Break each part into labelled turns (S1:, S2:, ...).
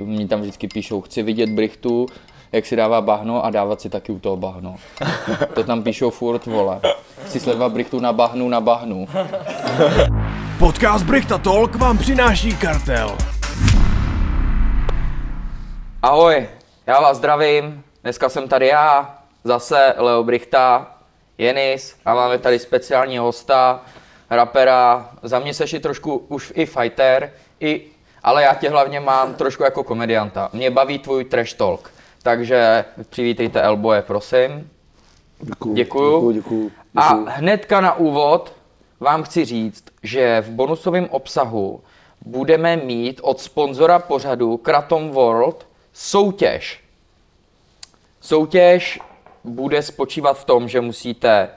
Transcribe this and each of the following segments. S1: mi tam vždycky píšou, chci vidět Brichtu, jak si dává bahno a dávat si taky u toho bahno. To tam píšou furt, vole. Chci sledovat Brichtu na bahnu, na bahnu.
S2: Podcast Brichta Talk vám přináší kartel.
S1: Ahoj, já vás zdravím. Dneska jsem tady já, zase Leo Brichta, Jenis a máme tady speciální hosta, rapera. Za mě seš i trošku už i fighter, i, ale já tě hlavně mám trošku jako komedianta. Mě baví tvůj trash talk. Takže přivítejte Elboje, prosím.
S3: Děkuju.
S1: Děkuju.
S3: Děkuju, děkuju.
S1: A hnedka na úvod vám chci říct, že v bonusovém obsahu budeme mít od sponzora pořadu Kratom World soutěž. Soutěž bude spočívat v tom, že musíte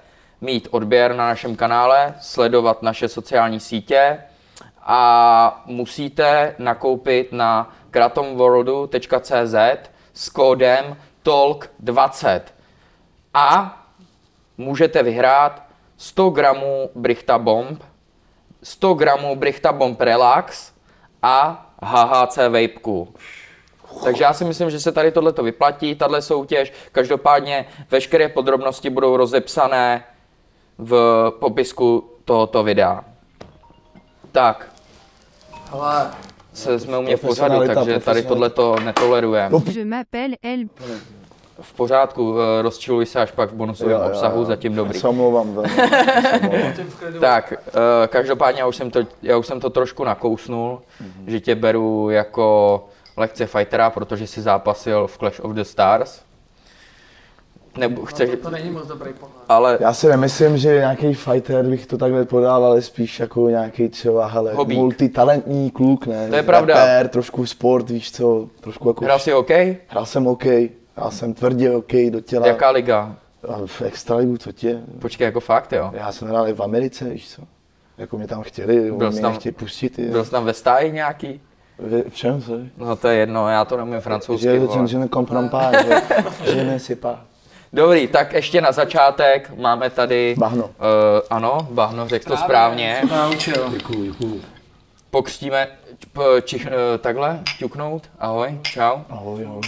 S1: mít odběr na našem kanále, sledovat naše sociální sítě a musíte nakoupit na kratomworldu.cz s kódem TALK20 a můžete vyhrát 100 gramů Brichta Bomb, 100 gramů Brichta Bomb Relax a HHC vejpku. Takže já si myslím, že se tady tohleto vyplatí, tahle soutěž. Každopádně veškeré podrobnosti budou rozepsané v popisku tohoto videa. Tak. Hele, se jsme u mě v pořadu,
S3: Profesionalita,
S1: takže tady
S3: profesionalita. No.
S1: tohleto netolerujeme.
S4: Je m'appelle El
S1: V pořádku, eh, rozčiluj se až pak v bonusovém obsahu, zatím
S3: Já
S1: dobrý.
S3: se omlouvám velmi.
S1: Tak, eh, každopádně já už, jsem to, já už jsem to trošku nakousnul,
S3: Mhm.
S1: že tě beru jako lehce fightera, protože jsi zápasil v Clash of the Stars. Nebo chceš,
S5: No, To není moc dobrý pohled.
S1: ale
S3: Já si nemyslím, že nějaký fighter bych to takhle podal, ale spíš jako nějaký třeba, hele,
S1: Hobík.
S3: multitalentní kluk, ne?
S1: To je pravda.
S3: Rapper, trošku sport, víš co, trošku jako...
S1: hrál jsi hokej?
S3: Hrál jsem hokej, hrál jsem tvrdě hokej do těla.
S1: Jaká liga?
S3: A v extraligu, co tě?
S1: Počkej, jako fakt, jo?
S3: Já jsem hrál i v Americe, víš co? Jako mě tam chtěli,
S1: Byl
S3: Byl
S1: jsi
S3: mě
S1: tam-
S3: tam... chtěli pustit.
S1: Byl jsi tam ve stáji nějaký?
S3: Vy- V čem se?
S1: No to je jedno, já to neumím francouzsky,
S3: Že
S1: vole.
S3: jsem, že nekomprom pár, že, že nesypá.
S1: Dobrý, tak ještě na začátek máme tady...
S3: Bahno.
S1: eh, ano, bahno, řekl to správně.
S5: Naučil.
S1: Pokřtíme, p- čich, eh, takhle, ťuknout, ahoj, čau.
S3: Ahoj, ahoj.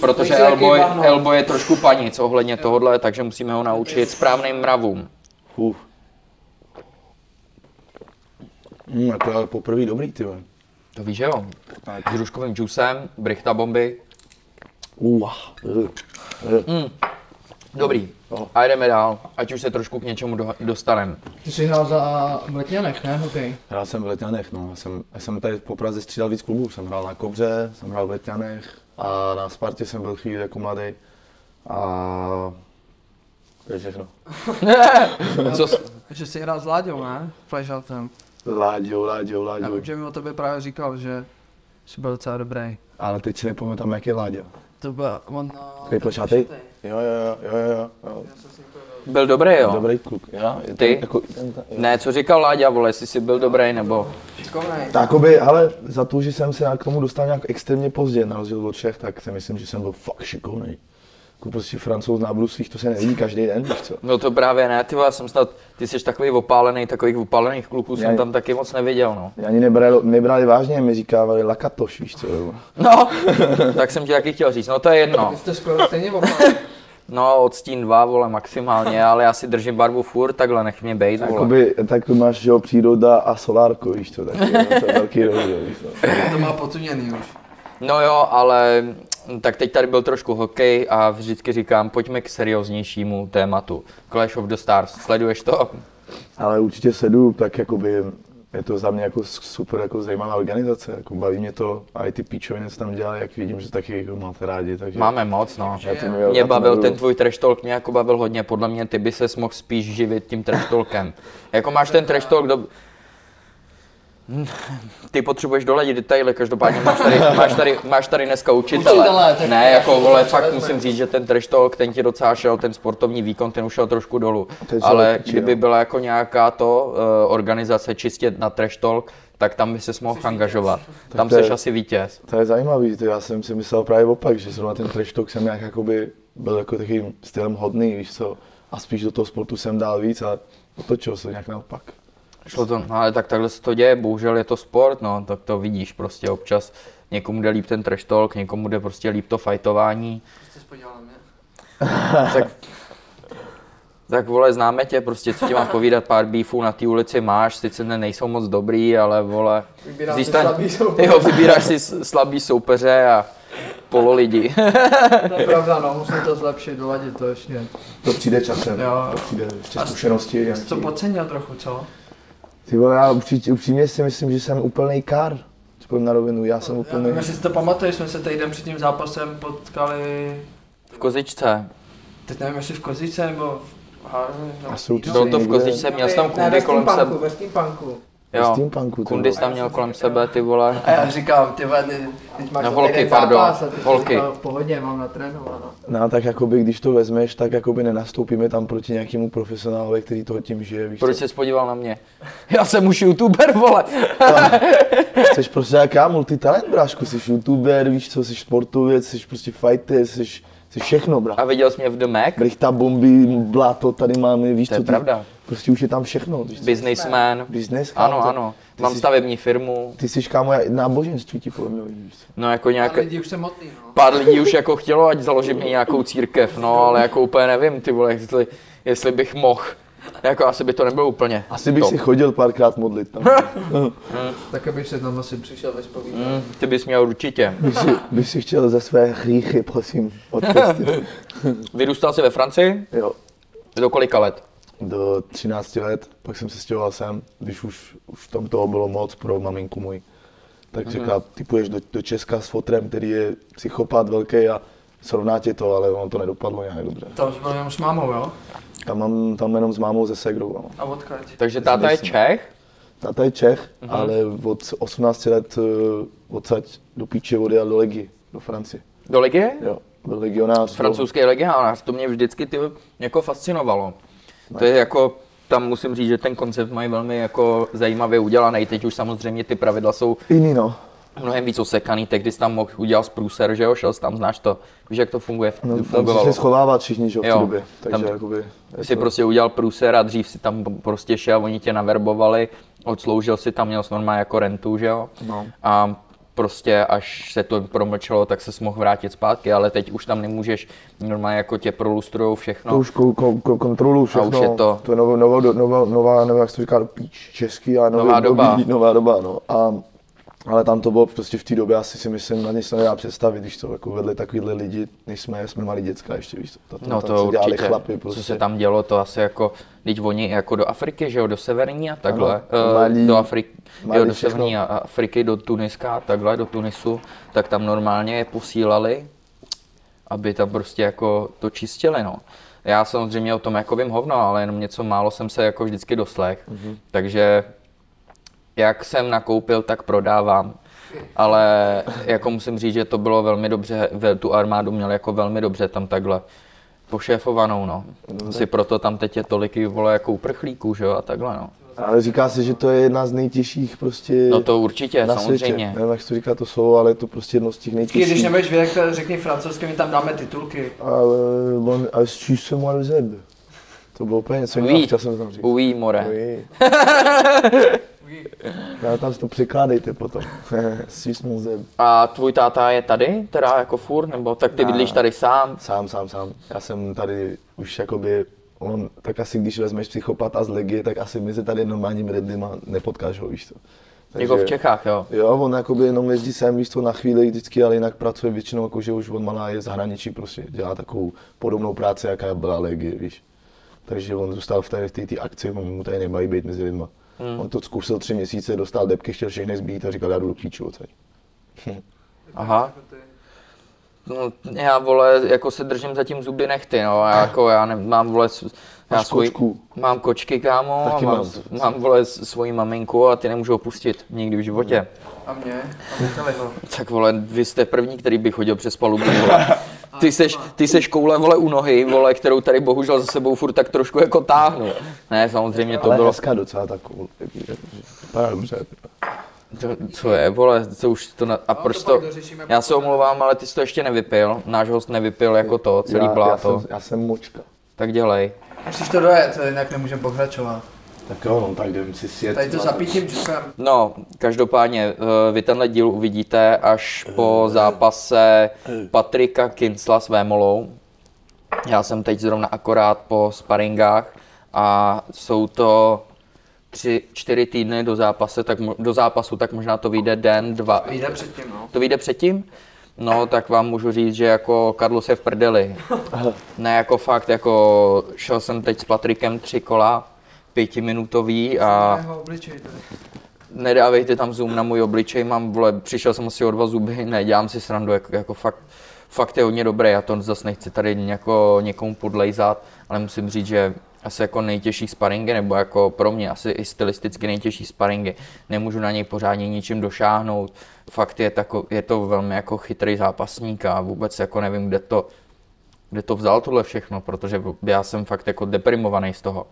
S1: Protože Elboy, Elboy je trošku panic ohledně tohohle, takže musíme ho naučit správným mravům.
S3: Uf. Hmm, jako ale poprvé dobrý, ty vole.
S1: To víš, že jo? S hruškovým džusem, brichta bomby.
S3: Uah. Uh, uh.
S1: Dobrý. A jdeme dál, ať už se trošku k něčemu do, dostaneme.
S5: Ty jsi hrál za v Letňanech, ne? Hokej.
S3: Hrál jsem v Letňanech, no. Já jsem, já jsem tady po Praze střídal víc klubů. Jsem hrál na Kobře, jsem hrál v Letňanech a na Spartě jsem byl chvíli jako mladý. A to je všechno.
S1: Co, s-
S5: Že jsi hrál s Láďou, ne? Flashoutem.
S3: Láďo, Láďo,
S5: Já
S3: Láďo.
S5: vím, že mi o tobě právě říkal, že jsi byl docela dobrý.
S3: Ale teď si nepamatám, jak je Láďo.
S5: To byl on... No,
S3: Takový plešatý? Jo, jo, jo, jo, jo.
S1: byl dobrý, jo?
S3: Dobrý kluk. Já, je to
S1: Ty?
S3: Jako, ten, ta, jo.
S1: Ne, co říkal Láďa, vole, jestli jsi byl dobrý, nebo...
S5: Šikovnej.
S3: Takoby, ale za to, že jsem se k tomu dostal nějak extrémně pozdě, na rozdíl od všech, tak si myslím, že jsem byl fakt šikovný. Jako prostě francouz na bruslích, to se nevidí každý den, víš co?
S1: No to právě ne, ty vole, já jsem snad, ty jsi takový opálený, takových opálených kluků jsem
S3: Ne.
S1: tam taky moc neviděl, no.
S3: Mě ani nebrali, nebrali vážně, mi říkávali lakatoš, víš co? jo.
S1: No, tak jsem ti taky chtěl říct, no to je jedno.
S5: Vy jste skoro stejně opal.
S1: No, odstín dva, vole, maximálně, ale já si držím barvu furt, takhle nech mě bejt, vole.
S3: Jakoby, tak máš, že jo, příroda a solárko, víš co? Tak je, to je velký rozdíl, víš co?
S5: to má potuněný už.
S1: No jo, ale mm, tak teď tady byl trošku hokej a vždycky říkám, pojďme k serióznějšímu tématu. Clash of the Stars, sleduješ to?
S3: Ale určitě sedu, tak jakoby je to za mě jako s- super jako zajímavá organizace, jako baví mě to a i ty píčoviny, co tam dělají, jak vidím, že taky jako máte rádi, takže...
S1: Máme moc, no.
S3: Já to
S1: Mě
S3: já to
S1: bavil
S3: miluju.
S1: ten tvůj trash talk, mě jako bavil hodně, podle mě ty by ses mohl spíš živit tím trash talkem. Jako máš ten trash talk, do... Hm, Ty potřebuješ doladit detaily, každopádně máš tady, máš tady, máš tady dneska učitele.
S5: Učitele, tak
S1: ne,
S5: já
S1: jako
S5: si
S1: vole,
S5: to
S1: fakt
S5: vezmu.
S1: musím říct, že ten trash talk, ten ti docela šel, ten sportovní výkon, ten ušel trošku dolů.
S3: To je
S1: Ale
S3: žalobí,
S1: kdyby
S3: jo.
S1: byla jako nějaká to eh, organizace čistě na trash talk, tak tam by ses mohl angažovat. Tam
S3: to je-
S1: seš asi vítěz.
S3: To je zajímavý, to já jsem si myslel právě opak, že zrovna ten trash talk jsem nějak jakoby byl jako takovým stylem hodný, víš co, a spíš do toho sportu jsem dál víc a otočil se nějak naopak.
S1: Šlo to, no ale tak takhle se to děje, bohužel je to sport, no, tak to vidíš prostě občas. Někomu jde líp ten trash talk, někomu jde prostě líp to fajtování.
S5: Proč jsi se podíval na mě?
S1: tak, tak vole, známe tě, prostě co ti mám povídat, pár beefů na té ulici máš, sice ne, nejsou moc dobrý, ale vole,
S5: Vybírám si slabý soupeře.
S1: jo, vybíráš si s- slabý soupeře a polo lidi.
S5: To je pravda, no, musím to zlepšit, doladit to ještě.
S3: To přijde časem,
S5: Jo.
S3: to přijde ještě
S5: A s-
S3: zkušenosti.
S5: Jsi to
S3: nějaký.
S5: podcenil trochu, co?
S3: Ty vole, já upříč, upřímně si myslím, že jsem úplný kár. Ti povím na rovinu, já jsem
S5: Já
S3: úplný.
S5: nevím, jestli si to pamatuješ, jsme se týden před tím zápasem potkali,
S1: V kozičce,
S5: teď nevím, jestli v Kozice nebo v Harvey, no.
S3: Asi určitě
S1: bylo to v
S3: někde.
S1: kozičce, měl jsem tam kundy kolem sebe,
S5: ve steampunku.
S3: Jo.
S1: jo,
S3: Steampunku,
S1: kundy
S3: ty
S1: jsem měl kolem sebe, ty vole.
S5: A já říkám, ty vole, ty- teď máš
S1: No,
S5: za
S1: holky,
S5: týden
S1: pardon,
S5: zápas a ty jsi
S1: holky.
S5: říkal, v pohodě, mám natrénováno.
S3: vole. No tak jakoby, když to vezmeš, tak jakoby nenastoupíme tam proti nějakému profesionálovi, který toho tím žije, víš
S1: Proč
S3: co?
S1: se podíval na mě? Já jsem už youtuber, vole.
S3: Jsi prostě jak já, multitalent, brášku, jsi youtuber, víš co, jsi sportovec, jsi prostě fighter, jsi, jsi všechno, brá.
S1: A viděl jsi mě v The Mac?
S3: Brichta, bomby, bláto, tady máme, víš
S1: To je
S3: co, ty-
S1: pravda.
S3: prostě už je tam všechno, víš co.
S1: Businessman.
S3: Business,
S1: Ano,
S3: chápu.
S1: ano.
S3: Ty
S1: Mám
S3: jsi-
S1: stavební firmu.
S3: Ty jsi kámo já- náboženství ti podle mě, víš co.
S1: No jako
S5: Tak
S1: nějaké...
S5: lidi už se motný, no.
S1: Pár lidí už jako chtělo, ať založím i nějakou církev, no, ale jako úplně nevím, ty vole, jestli, jestli bych mohl. Jako asi by to nebylo úplně.
S3: Asi bych
S1: to.
S3: si chodil párkrát modlit tam.
S5: Tak abych se tam asi přišel ve zpovídání.
S1: Hm, ty bys měl určitě.
S3: bych, si, bych si chtěl ze své hříchy, prosím, odpustit.
S1: Vyrůstal jsi ve Francii?
S3: Jo.
S1: Do kolika let?
S3: Do 13 let, pak jsem se stěhoval sem, když už, už tam toho bylo moc pro maminku můj.
S1: Mhm.
S3: Tak řekla, ty půjdeš do, do Česka s fotrem, který je psychopat velký a srovná tě to, ale ono to nedopadlo nějak dobře.
S5: Tam jsi byl jenom s mámou, jo?
S3: Tam mám tam jenom s mámou ze Segrou. Ano.
S5: A odkud?
S1: Takže táta je
S3: Zbytečně.
S1: Čech?
S3: Tata je Čech,
S1: Mhm.
S3: ale od 18 let eh, odsaď do píče odjel do Ligy, do Francie.
S1: Do ligy?
S3: Jo, byl legionář. byl-
S1: Francouzský legionář, to mě vždycky ty jako fascinovalo. To je jako, tam musím říct, že ten koncept mají velmi jako zajímavě udělaný. Teď už samozřejmě ty pravidla jsou
S3: Jiný no.
S1: mnohem víc osekaný. Tehdy jsi tam mohl udělat průser, že jo, šel jsi tam, znáš to. Víš, jak to funguje?
S3: No, tam se
S1: fungovalo.
S3: šli schovávat všichni, že jo, v
S1: Jo,
S3: té době. Takže
S1: tam-
S3: jakoby... je
S1: si
S3: to-
S1: prostě udělal průser a dřív si tam prostě šel, oni tě naverbovali, odsloužil si tam, měl jsi normálně jako rentu, že jo?
S3: No.
S1: A prostě až se to promlčelo, tak se mohl vrátit zpátky, ale teď už tam nemůžeš, normálně jako tě prolustrujou všechno.
S3: To už ko- ko- ko- kontrolu všechno.
S1: No. už je to-
S3: To je nová, nová, nová, nová nebo jak se to říká, píč, český, ale nový,
S1: Nová doba.
S3: Nový, nová doba, no. A, ale tam to bylo prostě v té době, asi si myslím, na ně se nedá představit, když to jako vedli takovýhle lidi, než jsme, jsme mali děcka ještě, víš, to, tam,
S1: No
S3: tam
S1: to
S3: se dělali
S1: určitě,
S3: chlapy,
S1: prostě.
S3: prostě.
S1: co se tam dělo, to asi jako, teď oni jako do Afriky, že jo, do Severní a takhle,
S3: Ano,
S1: eh,
S3: Malí,
S1: do Afriky, jo,
S3: Malí,
S1: do
S3: všechno.
S1: Severní a- a Afriky, do Tuniska a takhle, do Tunisu, tak tam normálně je posílali, aby tam prostě jako to čistili, no. Já samozřejmě o tom jako vím hovno, ale jenom něco málo jsem se jako vždycky doslech,
S3: Mhm.
S1: takže jak jsem nakoupil, tak prodávám. Ale jako musím říct, že to bylo velmi dobře, ve- tu armádu měl jako velmi dobře tam takhle pošéfovanou, no.
S3: Mhm.
S1: Asi proto tam teď je tolik i, vole jako uprchlíků, že jo, a takhle, no.
S3: Ale říká se, že to je jedna z nejtěžších prostě
S1: No to určitě,
S3: na světě.
S1: samozřejmě.
S3: Nevím, jak se to říká to slovo, ale je to prostě jedno z těch
S5: Vždycky, když
S3: nejtěžších.
S5: nebudeš vědět, tak řekni francouzsky, my tam dáme titulky.
S3: Ale on, ale s čím jsem mal zeb? To bylo úplně něco jiného,
S1: Ují,
S3: chtěl jsem tam říct.
S1: ují more.
S3: Ují. Já No, tam si to překládejte potom. S čím jsem zeb?
S1: A tvůj táta je tady, teda jako furt, nebo tak ty bydlíš tady sám?
S3: Sám, sám, sám. Já jsem tady už jakoby, on, tak asi když vezmeš psychopata z ligy, tak asi my se tady normálními lidmi nepotkáš ho, víš to.
S1: Jako v Čechách, jo.
S3: Jo, on jakoby jenom jezdí sem místo na chvíli vždycky, ale jinak pracuje většinou jako, že už od malá je v zahraničí prostě, dělá takovou podobnou práci, jaká byla Legie, víš. Takže on zůstal v té, v té, té akci, on mu tady nemají být mezi lidma. Hmm. On to zkusil tři měsíce, dostal depky, chtěl všechny zbít a říkal, já jdu do klíčů odsaď.
S1: Aha. No, já vole, jako se držím zatím zuby nechty, no, a jako já ne, mám vole, s- já
S3: Máš kočku.
S1: mám kočky, kámo, a
S3: Taky
S1: mám,
S3: mám.
S1: s- mám vole s- svoji maminku a ty nemůžu opustit nikdy v životě.
S5: A mě? A Michaliho.
S1: Tak vole, vy jste první, který by chodil přes palubu, vole. Ty seš, ty seš koule, vole, u nohy, vole, kterou tady bohužel za sebou furt tak trošku jako táhnu. Ne, samozřejmě to
S3: To ale
S1: bylo,
S3: bylo... hezká docela takovou. Vypadá dobře.
S1: to, co je, vole, co už to, na, a proč
S5: No, to pak
S1: Prostě to,
S5: dořešíme
S1: já se omlouvám, ale ty jsi to ještě nevypil, náš host nevypil jako to, celý
S3: já, já,
S1: bláto,
S3: jsem, já jsem močka.
S1: tak dělej.
S5: Musíš to dojet, jinak nemůžeme pokračovat.
S3: Tak jo, no tak jdem si sjet.
S5: Tady to
S3: vole.
S5: zapítím čusem.
S1: No, každopádně eh, vy tenhle díl uvidíte až po zápase Patrika Kincla s Vémolou. Já jsem teď zrovna akorát po sparingách a jsou to tři, čtyři týdny do, zápase, tak mo- do zápasu, tak možná to vyjde den, dva.
S5: Jde předtím, no.
S1: To vyjde předtím? No, tak vám můžu říct, že jako Carlos je v prdeli. Ne, jako fakt, jako šel jsem teď s Patrikem tři kola, pětiminutový a
S5: Jeho obličej tady.
S1: nedávejte tam zoom na můj obličej, mám, vole, přišel jsem asi o dva zuby, ne, dělám si srandu, jako, jako fakt, fakt je hodně dobré, já to zase nechci tady něko, někomu podlejzat, ale musím říct, že asi jako nejtěžší sparingy, nebo jako pro mě asi i stylisticky nejtěžší sparingy, nemůžu na něj pořádně ničím došáhnout, fakt je, tako, je to velmi jako chytrý zápasník a vůbec jako nevím, kde to, kde to vzal tohle všechno, protože já jsem fakt jako deprimovaný z toho.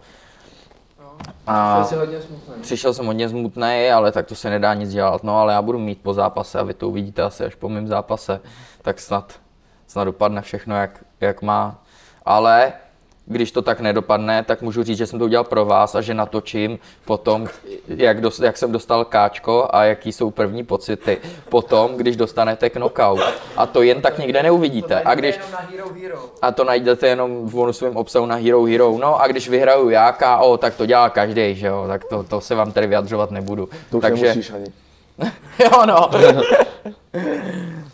S1: A...
S5: Jsi hodně smutný.
S1: Přišel jsem hodně smutný, ale tak to se nedá nic dělat. No ale já budu mít po zápase a vy to uvidíte asi až po mém zápase, tak snad, snad dopadne všechno, jak, jak má. Ale když to tak nedopadne, tak můžu říct, že jsem to udělal pro vás a že natočím potom, jak, dos, jak jsem dostal káčko a jaký jsou první pocity potom, když dostanete knockout. A to jen tak nikde neuvidíte. A když,
S5: Jenom na Hero Hero.
S1: a to najdete jenom v bonusovém obsahu na Hero Hero. No a když vyhraju já KO, tak to dělá každý, že jo? Tak to, to se vám tady vyjadřovat nebudu.
S3: To už Takže...
S1: Takže,
S3: nemusíš ani.
S1: jo no.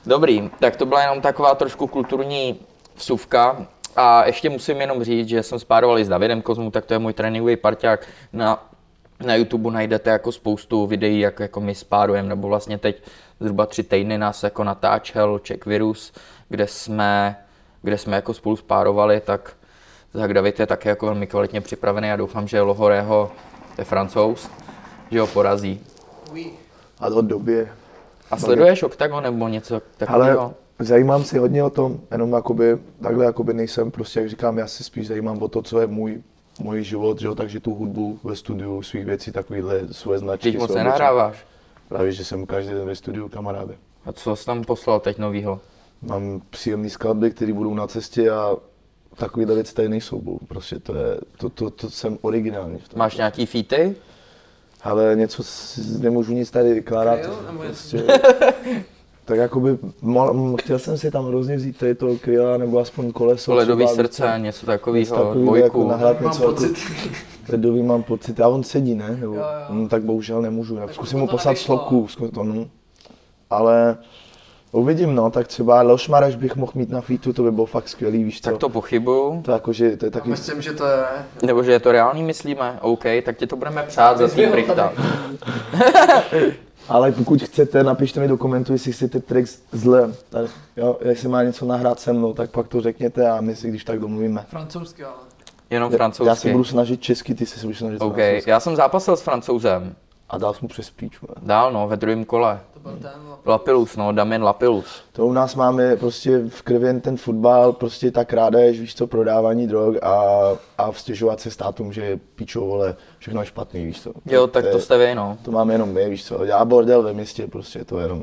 S1: Dobrý, tak to byla jenom taková trošku kulturní vsuvka. A ještě musím jenom říct, že jsem spároval i s Davidem Kozmu, tak to je můj tréninkový parťák. Na, na YouTube najdete jako spoustu videí, jak jako my spárujeme, nebo vlastně teď zhruba tři týdny nás jako natáčel Czech Virus, kde jsme, kde jsme jako spolu spárovali, tak, tak David je také jako velmi kvalitně připravený a doufám, že Lohoreho, to je francouz, že ho porazí.
S5: Oui.
S3: A to době.
S1: A sleduješ OKTAGON nebo něco
S3: Ale
S1: takového?
S3: zajímám se hodně o tom, jenom jakoby, takhle jakoby nejsem prostě, jak říkám, já si spíš zajímám o to, co je můj, můj život, že jo, takže tu hudbu ve studiu, svých věcí, takovýhle svoje značky.
S1: Když moc
S3: svoje
S1: nenahráváš.
S3: obličeje. Právě, že jsem každý den ve studiu, kamaráde.
S1: A co jsi tam poslal teď novýho?
S3: Mám příjemný skladby, které budou na cestě a takovýhle věci tady nejsou, bo- prostě to je, to, to, to jsem originální v tom.
S1: Máš nějaký featy?
S3: Ale něco, s- nemůžu nic tady vykládat.
S5: Kryl, nebo něco?
S3: Prostě, tak jakoby, mal, m- chtěl jsem si tam hrozně vzít tady toho kryla, nebo aspoň koleso.
S1: To ledový
S3: třeba,
S1: srdce,
S3: víš
S1: něco
S3: co,
S1: takového,
S3: takovýhle jako
S1: dvojku.
S3: nahrát
S5: Mám
S3: něco
S5: pocit.
S3: jako ledový mám pocit. A on sedí, ne? Nebo,
S5: Jo,
S3: jo, jo.
S5: jo.
S3: No, tak bohužel nemůžu. Tak zkusím
S5: to
S3: mu
S5: to
S3: poslat
S5: nevyšlo.
S3: sloku, zkus to, no. Ale uvidím, no, tak třeba Lošmaraš bych mohl mít na featu, to by bylo fakt skvělý, víš co.
S1: Tak to pochybuju.
S3: to jakože, to je takový
S5: Myslím, že to je.
S1: Nebo že je to reálný, myslíme? OK, tak ti to budeme přát za tým Brichta.
S3: Ale pokud chcete, napište mi do komentu, jestli chcete track s- zle. Tady, jo, jestli má něco nahrát se mnou, tak pak to řekněte a my si když tak domluvíme.
S5: Francouzsky, ale.
S1: Jenom
S3: Já se
S1: francouzsky.
S3: budu snažit česky, ty si se budeš snažit
S1: OK,
S3: francouzsky.
S1: já jsem zápasil s francouzem.
S3: A dal jsem mu přes speech, man.
S1: Dál no, ve druhém kole.
S5: To byl ten.
S1: Lapilus, no, Damien Lapilus.
S3: To u nás máme prostě v krvi jen ten fotbal, prostě ta krádež, víš co, prodávání drog a, a vstěžovat se státům, že je píčo, vole, všechno je špatný, víš co.
S1: Jo, tak to
S3: je-
S1: jste vy, no.
S3: To máme jenom my, víš co. Já bordel ve městě, prostě to je jenom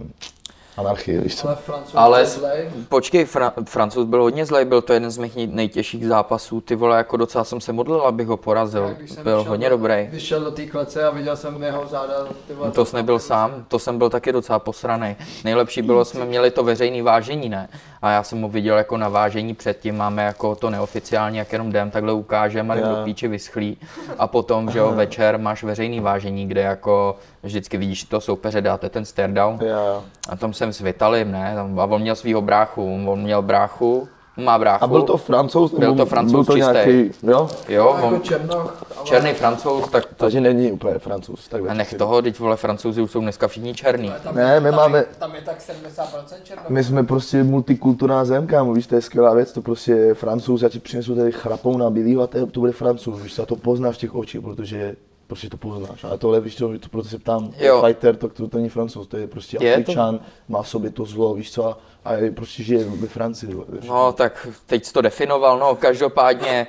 S3: anarchie, víš co.
S5: Ale francouz
S1: Ale
S5: ale...
S1: s-
S5: zlej.
S1: Počkej, Fra- Francouz byl hodně zlej, byl to jeden z mých nej- nejtěžších zápasů. Ty vole, jako docela jsem se modlil, abych ho
S5: Já,
S1: porazil.
S5: když jsem
S1: Byl
S5: šel
S1: hodně
S5: do-
S1: dobrý.
S5: Vyšel do té klece a viděl jsem jeho záda. ty vole,
S1: To jsi nebyl sám, to jsem byl taky docela posraný. Nejlepší bylo, jsme měli to veřejné vážení, ne? A já jsem ho viděl jako na vážení předtím, máme jako to neoficiální, jak jenom jdem, takhle ukážeme, a kdo
S3: Jo.
S1: píči vyschlí. A potom, že jo, večer máš veřejný vážení, kde jako vždycky vidíš to soupeře, dáte ten stare down.
S3: Já.
S1: A tam jsem s Vitalim, ne? Tam- A on měl svého bráchu, on měl bráchu, má bráchu.
S3: A byl to francouz?
S1: Byl
S3: nebo
S1: to Francouz
S3: byl to nějaký, jo?
S1: Jo,
S5: Jako
S1: on,
S5: černoch. ale-
S1: černý francouz, tak to...
S3: Takže není úplně francouz. Tak
S1: A nech toho, teď vole, francouzi už jsou dneska všichni černý.
S5: Tam
S3: Ne, my
S5: tam
S3: máme-
S5: Je, tam je tak 70% černoch.
S3: My jsme prostě multikulturná zem, kámo, víš, to je skvělá věc, to prostě je francouz, já ti přinesu tady chrapou na bílýho a to, je- to bude francouz, víš, a to poznáš v těch očích, protože prostě to poznáš, ale tohle, víš, to, to proto se ptám,
S1: Jo.
S3: jo. fighter, to, to, to není francouz, to je prostě
S1: Je to-
S3: afričan, má v sobě to zlo, víš co, a, a je, prostě žije ve Francii, víš.
S1: No, tak teď jsi to definoval, no, každopádně,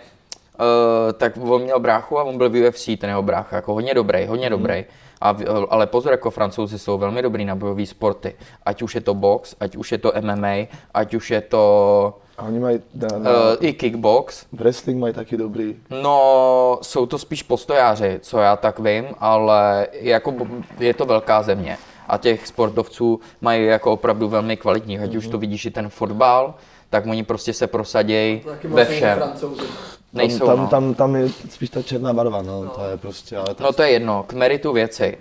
S1: uh, tak on měl bráchu a on byl v UFC, ten jeho brácha, jako hodně dobrý, hodně dobrý. A, v- ale pozor, jako francouzi jsou velmi dobrý na bojové sporty, ať už je to box, ať už je to MMA, ať už je to
S3: A oni mají, na, na,
S1: eh, i kickbox.
S3: wrestling mají taky dobrý.
S1: No, jsou to spíš postojáři, co já tak vím, ale jako b- je to velká země. A těch sportovců mají jako opravdu velmi kvalitní, ať už to vidíš i ten fotbal, tak oni prostě se prosadějí ve všem.
S5: Francouzi.
S1: Nejsou,
S3: tam,
S1: no.
S3: tam, tam, je spíš ta černá barva, no, no. to je prostě, ale
S1: No to je jedno, k meritu věci.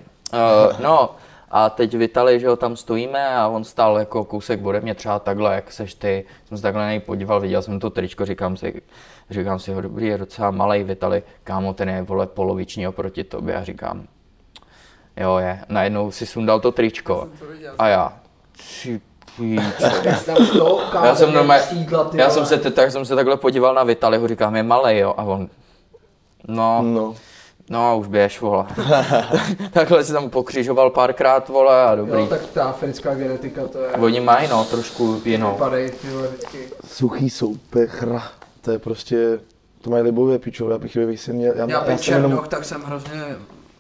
S1: Uh, no a teď Vitali, že jo, tam stojíme a on stál jako kousek ode mě třeba takhle, jak seš ty. Jsem se takhle na něj podíval, viděl jsem to tričko, říkám si, říkám si, ho dobrý, je docela malej Vitali, kámo, ten je vole poloviční oproti tobě a říkám, jo je, najednou si sundal to tričko a já, "Ty píčo."
S5: Tam sto, kámo,
S1: já jsem, normálně,
S5: jídla, ty
S1: já
S5: vole.
S1: jsem se, te- tak jsem se takhle podíval na Vitaliho, říkám, je malej, jo, a on, no,
S3: No,
S1: No, už běž, vole. Takhle si tam pokřižoval párkrát, vole, a dobrý.
S5: Jo, tak ta africká genetika, to je
S1: Oni mají, no, trošku jinou.
S5: vypadají ty vole vždycky.
S3: suchý soupechra, to je prostě, to mají libově piču, já bych kdybych si měl, já,
S5: Já
S3: já,
S5: byl
S3: jsem jenom,
S5: černoch, tak jsem hrozně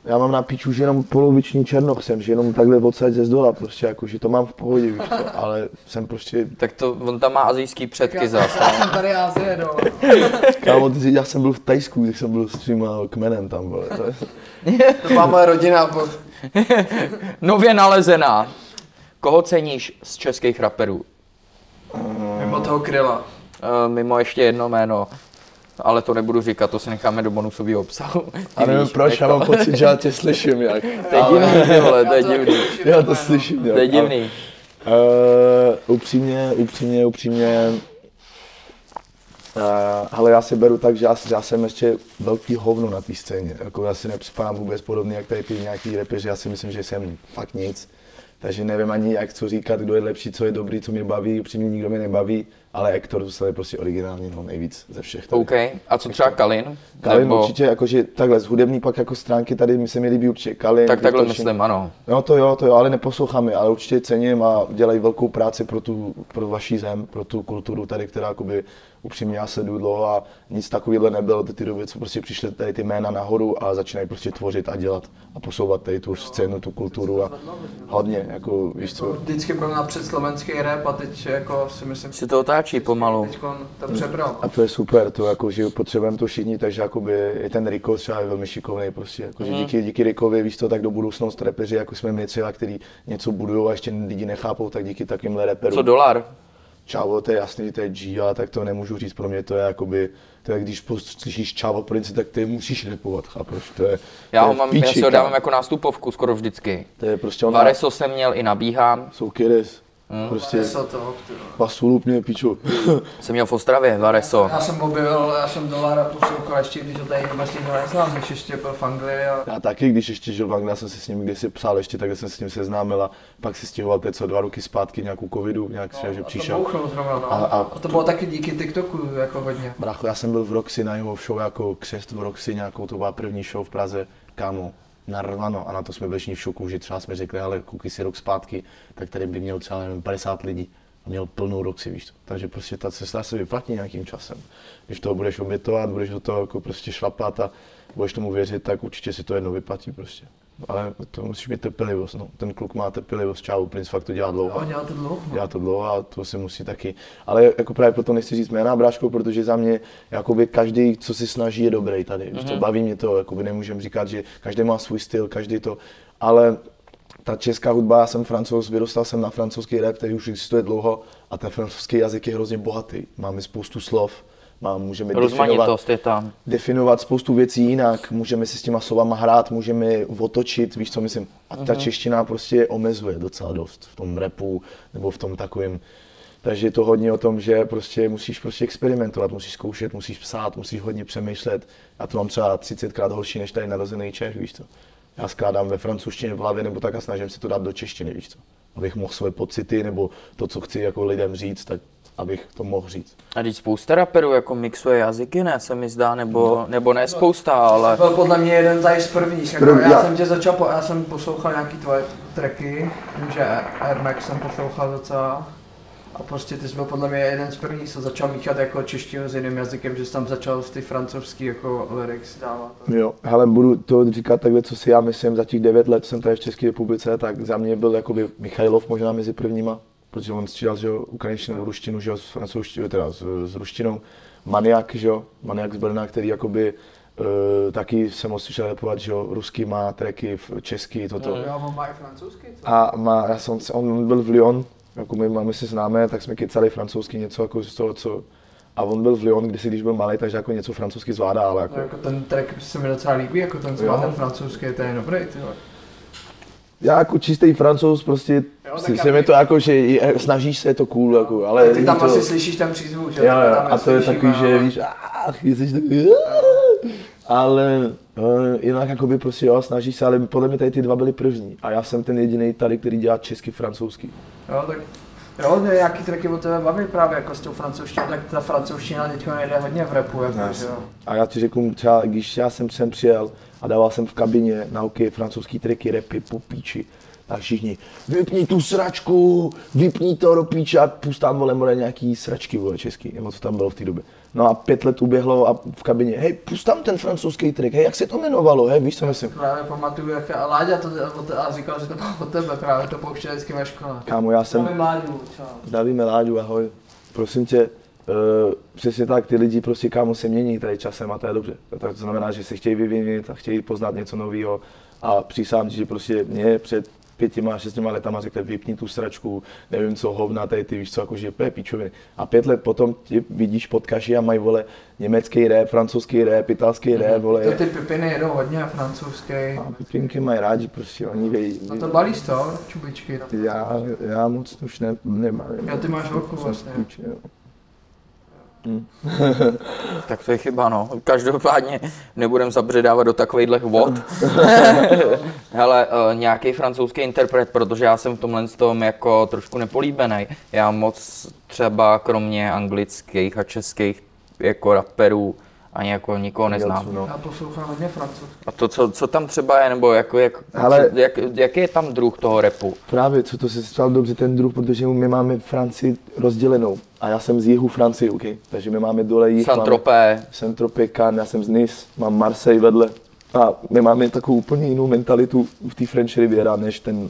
S3: já mám na piču, že jenom poloviční černoch jsem, že jenom takhle odsaď ze zdola prostě, jako, že to mám v pohodě, víš to, ale jsem prostě,
S1: Tak to, on tam má azijský předky zas.
S5: Já jsem tady Azie, no.
S3: kámo, ty si- já jsem byl v Tajsku, když jsem byl s svým kmenem tam, vole, to je,
S5: To má moje rodina. Po...
S1: Nově nalezená. Koho ceníš z českých raperů?
S5: Mimo toho kryla.
S1: E, mimo ještě jedno jméno. Ale to nebudu říkat, to si necháme do bonusového obsahu. Ty
S3: já nevím
S1: víš, jako-
S3: proč,
S1: jak
S3: já
S1: to-
S3: mám pocit, že já tě slyším jak,
S1: To je divný, ty vole, to je divný.
S3: já
S5: no.
S3: to slyším nějak.
S1: To je
S3: ale-
S1: divný.
S3: Uh, upřímně, upřímně, upřímně. Uh, ale já si beru tak, že já, já jsem ještě velký hovno na té scéně. Jako já si nepřipadám vůbec podobný, jak tady ty nějaký repeři. Já si myslím, že jsem fakt nic. Takže nevím ani, jak co říkat, kdo je lepší, co je dobrý, co mě baví. Upřímně nikdo mě nebaví, ale Hector se je prostě originální no, nejvíc ze všech. tady.
S1: OK. A co třeba Kalin?
S3: Kalin
S1: Nebo-
S3: určitě, jakože takhle, z hudební pak jako stránky tady mi se mi líbí určitě Kalin.
S1: Tak takhle
S3: Viktor Šin-
S1: myslím, ano.
S3: No to jo, to jo, ale neposlouchám je, ale určitě cením a dělají velkou práci pro tu, pro vaši zem, pro tu kulturu tady, která jakoby upřímně já sleduju dlouho a nic takového nebylo do té doby, co prostě přišly tady ty jména nahoru a začínají prostě tvořit a dělat a posouvat tady tu scénu, tu kulturu a hodně, jako víš co.
S5: Vždycky byl napřed slovenský rap a teď jako si myslím,
S1: Si to otáčí pomalu.
S5: teď on to přebral.
S3: A to je super, to jako, že potřebujeme to všichni, takže jakoby i ten Riko třeba je velmi šikovný prostě, jako, že díky, díky Rikovi, víš to, tak do budoucnost repeři, jako jsme my třeba, který něco budují a ještě lidi nechápou, tak díky takovýmhle reperům.
S1: Co dolar?
S3: Čavo, to je jasný, to je G, ale tak to nemůžu říct, pro mě to je jakoby, to je, když pos- slyšíš Čavo princi, tak ty musíš repovat, chápeš, to je,
S1: Já
S3: to
S1: ho
S3: je v
S1: mám, já
S3: píči,
S1: si ho dávám
S3: kámo.
S1: jako nástupovku skoro vždycky.
S3: To je prostě on,
S1: Vareso jsem měl i nabíhám,
S3: jsou Kyres,
S1: Hmm.
S3: prostě
S5: Něco toho, ty vole.
S3: Vasulup mě pičo,
S1: jsem měl v Ostravě, Vareso.
S5: Já jsem objevil, já jsem dolára poslouchal ještě, když ho tady vůbec nikdo neznal, když ještě byl v Anglii a
S3: já taky, když ještě žil v Anglii, já jsem si s ním kdysi psal ještě, tak jsem se s ním seznámil a pak si stěhoval teď co dva roky zpátky nějakou covidu, nějak no, že
S5: a to
S3: přišel.
S5: bouchnul zrovna, no.
S3: A-
S5: A,
S3: a-
S5: to bylo taky díky TikToku jako hodně.
S3: Brácho, já jsem byl v Roxy na jeho show jako křest v Roxy nějakou, to byla první show v Praze, kámo, narvano a na to jsme byli všichni v šoku, že třeba jsme řekli, ale koukej si rok zpátky, tak tady by měl třeba nevím, 50 lidí a měl plnou Roxy, víš to. Takže prostě ta cesta se vyplatí nějakým časem. Když toho budeš obětovat, budeš do toho jako prostě šlapat a budeš tomu věřit, tak určitě si to jednou vyplatí prostě. Ale to musíš mít trpělivost, no. Ten kluk má trpělivost, čau, Prince fakt to dělá dlouho.
S5: A dělal to dlouho.
S3: Já to dlouho a to se musí taky. Ale jako právě proto nechci říct jména bráško, protože za mě jakoby každý, co si snaží, je dobrý tady. Mm-hmm. To baví mě to, jakoby nemůžem říkat, že každý má svůj styl, každý to. Ale ta česká hudba, já jsem francouz, vyrostal jsem na francouzský rap, který už existuje dlouho a ten francouzský jazyk je hrozně bohatý. Máme spoustu slov, má, můžeme definovat,
S1: Rozmanitost je tam.
S3: definovat spoustu věcí jinak, můžeme si s těma slovama hrát, můžeme je otočit, víš co myslím. A ta čeština prostě je omezuje docela dost v tom repu nebo v tom takovém. Takže je to hodně o tom, že prostě musíš prostě experimentovat, musíš zkoušet, musíš psát, musíš hodně přemýšlet. Já to mám třeba 30 krát horší než tady narozený Čech, víš co. Já skládám ve francouzštině v hlavě nebo tak a snažím se to dát do češtiny, víš co. Abych mohl své pocity nebo to, co chci jako lidem říct, tak abych to mohl říct.
S1: A když spousta raperů jako mixuje jazyky, ne, se mi zdá,
S3: No.
S1: nebo, nebo ne spousta, ale
S5: Byl podle mě jeden tady z prvních. Jako,
S3: První,
S5: já
S3: já-
S5: jsem tě začal, po, já jsem poslouchal nějaký tvoje tracky, vím, že Air Max jsem poslouchal docela. A prostě ty jsi byl podle mě jeden z prvních, co začal míchat jako češtinu s jiným jazykem, že jsi tam začal ty francouzský jako lyrics dávat.
S3: Jo, hele, budu to říkat takhle, co si já myslím, za těch 9 let co jsem tady v České republice, tak za mě byl jakoby Michailov možná mezi prvníma, protože on střídal, že jo, ukrajinštinu, ruštinu, že jo, s francouzštinou, teda s, s ruštinou, maniak, že jo, maniak z Brna, který jakoby Uh, taky jsem ho slyšel repovat, že jo, ruský má tracky, v- český, toto.
S5: Jo, on má i francouzsky, co?
S3: A má, já jsem, se- on byl v Lyon, jako my, my se známe, tak jsme kecali francouzsky něco, jako z toho, co... A on byl v Lyon kdysi, když byl malý, takže jako něco francouzsky zvládá, ale jako...
S5: No, jako ten track se mi docela líbí, jako ten
S3: Jo.
S5: zvládá ten francouzský, to je dobrý, ty vole.
S3: Já jako čistý francouz, prostě
S5: Jo,
S3: si,
S5: tak
S3: si
S5: aby-
S3: mi to jako, že je- snažíš se, je to cool, jako, ale...
S5: Ty
S3: je
S5: tam
S3: to,
S5: asi slyšíš ten přízvuk, že?
S3: Jo, jo,
S5: Tam
S3: a to je
S5: slyším,
S3: takový,
S5: a-
S3: že víš, ach, jsi takový, ale eh, jinak jakoby prostě jo, snažíš se, ale podle mě tady ty dva byli první a já jsem ten jediný tady, který dělá česky, francouzsky.
S5: Jo, tak Jo, ne, jaký tracky o tebe baví právě jako s tou francouzštinou, tak ta francouzština teďka nejde hodně v repu, jako, že jo.
S3: A já ti řeknu třeba, když já jsem sem přijel a dával jsem v kabině na oky francouzský triky, repy, popíči, tak všichni, vypni tu sračku, vypni to do píče a pustám vole more nějaký sračky vole český, nebo co tam bylo v té době. No a pět let uběhlo a v kabině, hej, pustám ten francouzský trik, hej, jak se to jmenovalo, hej, víš, co myslím.
S5: Právě pamatuju, jak a Láďa to o te, a říkal, že to bylo od tebe, právě to pouštěl vždycky ve škole.
S3: Kámo, já jsem,
S5: Zdravím Láďu, čau.
S3: Zdravíme Láďu, ahoj. Prosím tě, uh, přesně tak, ty lidi prostě kámo se mění tady časem a to je dobře. Tak to znamená, že se chtějí vyvinit a chtějí poznat něco nového a přísám ti, že prostě mě před pětima, šestima letama řekli, vypni tu sračku, nevím co, hovna, tady ty víš co, jakože to je píčoviny. A pět let potom tě vidíš pod kaši a mají, vole, německý rap, francouzský rap, italský rap,
S5: Mhm. To
S3: vole,
S5: ty pipiny jedou hodně francouzský.
S3: a pipinky mají rádi, prostě, oni vědí.
S5: No to balíš to, čubičky. No.
S3: Já, já moc už ne, nemám.
S5: Jo, ty máš velkou vlastně.
S3: Píče, jo.
S1: Tak to je chyba, no. Každopádně nebudem zabředávat do takovejhlech vod. Hele, uh, nějaký francouzský interpret, protože já jsem v tomhle tom jako trošku nepolíbený. Já moc třeba kromě anglických a českých jako rapperů ani jako nikoho neznám.
S3: No.
S5: Já poslouchám hodně francouzsky.
S1: A to, co, co tam třeba je, nebo jako, jak,
S3: Hele.
S1: co, jak, jaký je tam druh toho repu?
S3: Právě, co to se stalo dobře ten druh, protože my máme Francii rozdělenou. A já jsem z jihu Francie, OK? Takže my máme dole jich.
S1: Santropé,
S3: Jsem Tropikán, já jsem z Nice, mám Marseille vedle. A my máme takovou úplně jinou mentalitu v té French Riviera, než ten uh,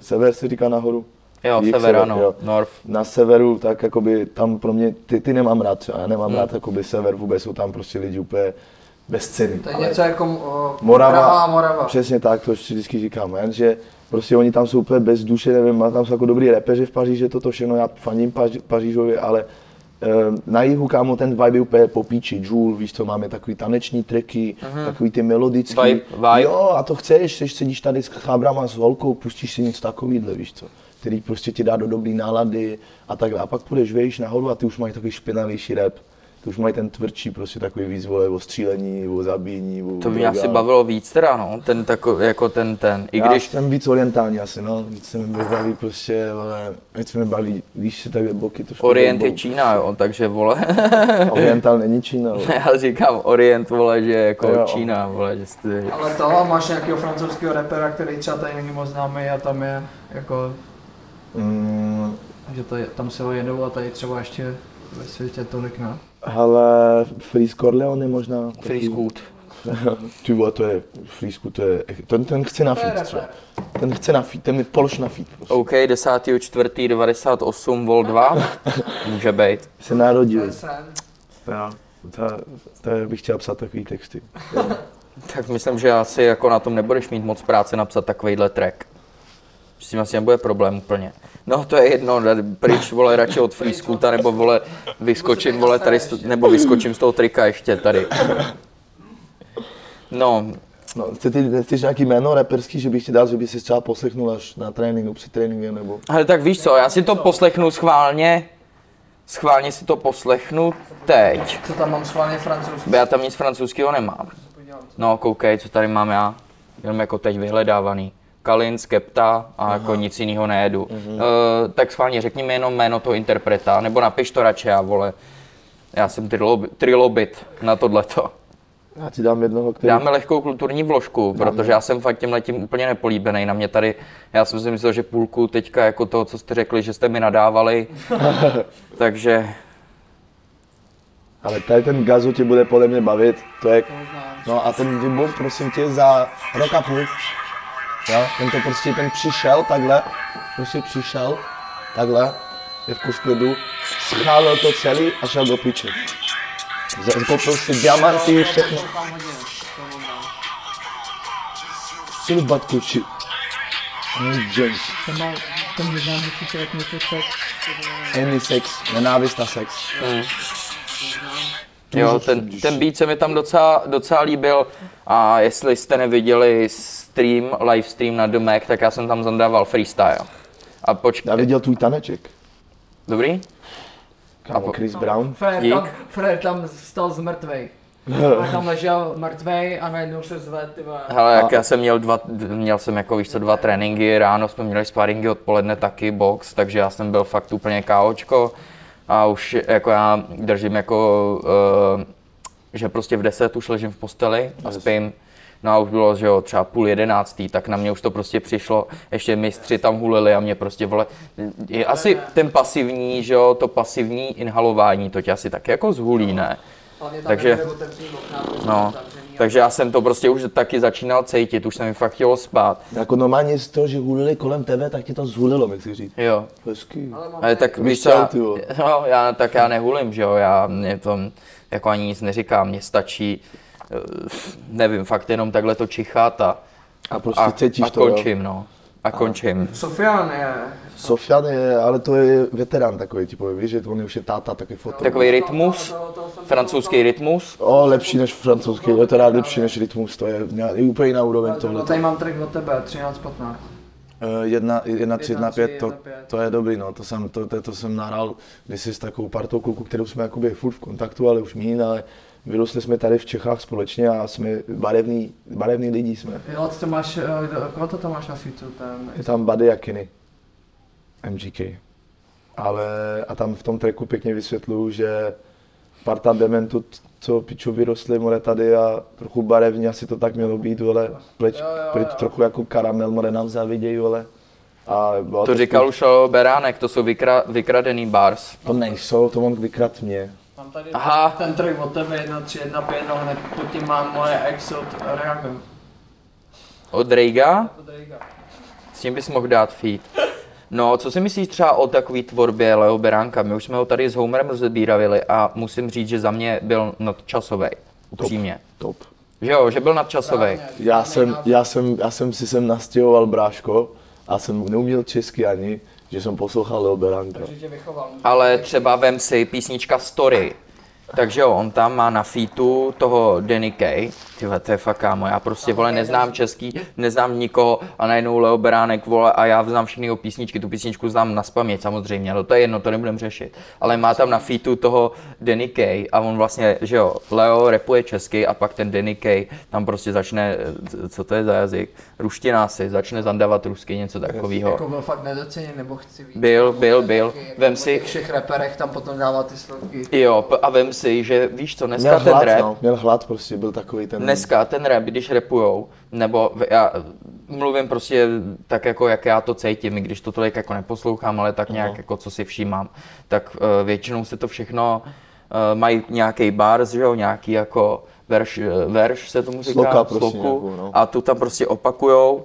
S3: sever se říká nahoru.
S1: jo,
S3: Jich,
S1: Severano,
S3: jo.
S1: North.
S3: Na severu, tak jakoby tam pro mě, ty, ty nemám rád třeba, já nemám rád jakoby sever vůbec, jsou tam prostě lidi úplně bez ceny.
S5: To je
S3: ale-
S5: něco jako o,
S3: Morava.
S5: Morava. Morava.
S3: Přesně tak, to si vždycky říkám, že prostě oni tam jsou úplně bez duše, nevím, má tam jsou jako dobrý repeři v Paříži, toto všechno, já fandím Paři, Pařížovi, ale eh, na jihu, kámo, ten vibe je úplně popíči, Joule, víš co, máme takový taneční tracky, takový ty melodický.
S1: Mhm. Vibe, vibe.
S3: Jo, a to chceš, chceš sedíš tady s chábrama, s holkou, pustíš si něco takovýhle, víš co který prostě ti dá do dobrý nálady a tak dále. A pak půjdeš vejš nahoru a ty už mají takový špinavější rap. Ty už mají ten tvrdší prostě takový výzvole o střílení, o zabíjení, o
S1: To by mě asi
S3: drogách.
S1: bavilo víc teda, no, ten takový, jako ten, ten, i
S3: Já
S1: když,
S3: jsem víc orientální asi, no. Víc se mi baví prostě, ale víc se mi baví, když se takhle boky to
S1: Orient je Čína, jo, takže vole,
S3: Oriental není no. Čína, jo.
S1: já říkám Orient, vole, že jako
S3: Jo.
S1: Čína, vole, že jste,
S5: Ale to a máš nějakého francouzského repera, který třeba tady není moc známý a tam je jako,
S3: Mm,
S5: že to je, tam se ho jedou a tady třeba ještě ve světě tolik ne.
S3: hele, Freeze Corleone možná. taky.
S1: Free Scoot.
S3: Ty vole, to je, Freeze to je, ten, ten chce na
S5: To je
S3: feed třeba.
S5: rapper.
S3: Ten chce na feed, ten je polož na feed. Prostě.
S1: OK, 10.4.98, Vol 2, může být.
S3: Se narodil.
S5: Sen.
S3: To, já- to, to bych chtěl psát takový texty.
S1: Tak myslím, že asi jako na tom nebudeš mít moc práce napsat takovýhle track. S tím asi nebude problém úplně. No to je jedno, jde pryč, vole, radši od Free Scoota, nebo vole, vyskočím, vole, tady, z- nebo vyskočím z toho trika ještě tady. No,
S3: No, chce ty, chceš nějaký jméno reperský, že bych ti dal, že by si třeba poslechnul až na tréninku, při tréninku nebo...
S1: Ale tak víš co, já si to poslechnu schválně, schválně si to poslechnu teď.
S5: Co tam mám schválně francouzský?
S1: Já tam nic francouzského nemám. No koukej, co tady mám já, jenom jako teď vyhledávaný. Kalin, Skepta a jako nic jiného nejedu.
S5: Mhm.
S1: E, tak schválně řekni mi jenom jméno toho interpreta, nebo napiš to radši, já vole. Já jsem trilobi- trilobit na tohleto.
S3: Já ti dám jednoho, který...
S1: Dáme lehkou kulturní vložku, protože já jsem fakt tímhle tím úplně nepolíbený. Na mě tady, já jsem si myslel, že půlku teďka jako toho, co jste řekli, že jste mi nadávali. Takže
S3: Ale tady ten gazu tě bude podle mě bavit, to je... No a ten Dibu, prosím tě, za rok a půl, jo, ten to prostě, ten přišel takhle, prostě přišel, takhle, jako v klidu, schálil to celý a šel do piče. Z- Koupil si diamanty, všechno. Co to batku či? Jones. Any sex, nenávist a sex.
S1: Hmm. Jo, ten, ten beat se mi tam docela, docela líbil a jestli jste neviděli stream, live stream na The Mac, tak já jsem tam zandával freestyle. A
S3: Já
S1: počkej,
S3: viděl tvůj taneček.
S1: dobrý?
S3: Kámo, Chris Brown.
S4: Frér
S1: Dík.
S4: tam, Frér tam stal z mrtvej. A tam ležel mrtvej a najednou se zve, ty vole.
S1: Hele, jak já jsem měl dva, měl jsem jako víš co, dva tréninky, ráno jsme měli sparingy, odpoledne taky box, takže já jsem byl fakt úplně káočko a už jako já držím jako, uh, že prostě v 10 už ležím v posteli a spím. No a už bylo, že jo, třeba půl jedenáctý, tak na mě už to prostě přišlo, ještě mistři tam hulili a mě prostě, vole, je asi ten pasivní, že jo, to pasivní inhalování, to tě asi taky jako zhulí, ne?
S4: Hlavně tam
S1: takže-
S4: nebyly otevřený okna, to bylo
S1: No,
S4: zavřený a-
S1: takže já jsem to prostě už taky začínal cítit, už se mi fakt chtělo spát.
S3: Jako normálně z toho, že hulili kolem tebe, tak ti to zhulilo, jak si říct.
S1: Jo,
S3: Hezký.
S1: ale tak víš co,
S3: Čau,
S1: já,
S3: ty jo.
S1: no, já, tak já nehulím, že jo, já mě to jako ani nic neříkám, mně stačí, eh, nevím, fakt jenom takhle to čichat a,
S3: A prostě
S1: a,
S3: cítíš
S1: a
S3: to, jo?
S1: končím, no. A končím.
S5: Sofian je,
S3: Sofian je, ale to je veterán takový, ti povím, víš, že on už je táta, taky fotel.
S1: Takový rytmus, francouzský rytmus,
S3: O, lepší než francouzský, je to rád lepší než rytmus, to je, nějak- je úplně jiná úroveň tohle.
S5: no tady mám track od tebe, 13.15.
S3: Eh, Jedna, jedna, tři, jedna,
S5: tři,
S3: pět, to,
S5: jedna, pět.
S3: to je dobrý, no, to jsem, to, to, to jsem nahrál kdysi s takovou partou kluků, kterou jsme jakoby furt v kontaktu, ale už mín, ale vyrostli jsme tady v Čechách společně a jsme barevný, barevný lidi jsme.
S5: Jo, co to máš, eh, kdo- koho to tam máš na featu, ten?
S3: Je tam Buddy a Kenny, MGK. Ale, a tam v tom tracku pěkně vysvětluju, že parta Dementu, co piču vyrostly, more tady a trochu barevně asi to tak mělo být, ale pleť, pleť trochu jako karamel, more nám závidějí, ale a byla
S1: to říkal už o Beránek, to jsou vykra, vykradený bars.
S3: To nejsou, to on vykrat mě.
S5: Mám tady
S1: Aha.
S5: ten track od tebe, 13.15, no hned pod tím mám moje ex od Reagan.
S1: Od Rejga? S tím bys mohl dát feed. No, co si myslíš třeba o takové tvorbě Leo Beránka? My už jsme ho tady s Homerem rozebíravili a musím říct, že za mě byl nadčasový. Upřímně.
S3: Top.
S1: Že jo, že byl nadčasový.
S3: Já jsem, já jsem, já jsem si sem nastěhoval bráško a jsem neuměl česky ani, že jsem poslouchal Leo Beranka.
S1: Ale třeba vem si písnička Story. Takže jo, on tam má na featu toho Danny Kay. Tyhle, to je fakt kámo, já prostě vole neznám český, neznám nikoho a najednou Leo Beránek vole a já znám všechny jeho písničky, tu písničku znám na spaměť samozřejmě, no to je jedno, to nebudem řešit. Ale má tam na featu toho Danny Kay a on vlastně, že jo, Leo repuje česky a pak ten Danny Kay tam prostě začne, eh, co to je za jazyk, ruština asi, začne zandávat rusky, něco takového.
S4: Jako byl fakt nedoceněn, nebo chci víc.
S1: Byl, byl, byl. Vem si,
S4: V všech reperech tam potom dává ty slovky.
S1: Jo, p- a vem si, že víš co, dneska
S3: Měl
S1: ten
S3: hlad,
S1: rap,
S3: no, měl hlad prostě, byl takový ten...
S1: dneska ten rap, když repujou, nebo v- já eh, mluvím prostě tak jako, jak já to cítím, i když to tolik jako neposlouchám, ale tak nějak jako, co si všímám, tak eh, většinou se to všechno, eh, mají nějaký bars, že jo, nějaký jako verš, eh, verš se tomu říká,
S3: Sloka prostě nějakou, no.
S1: a tu tam prostě opakujou,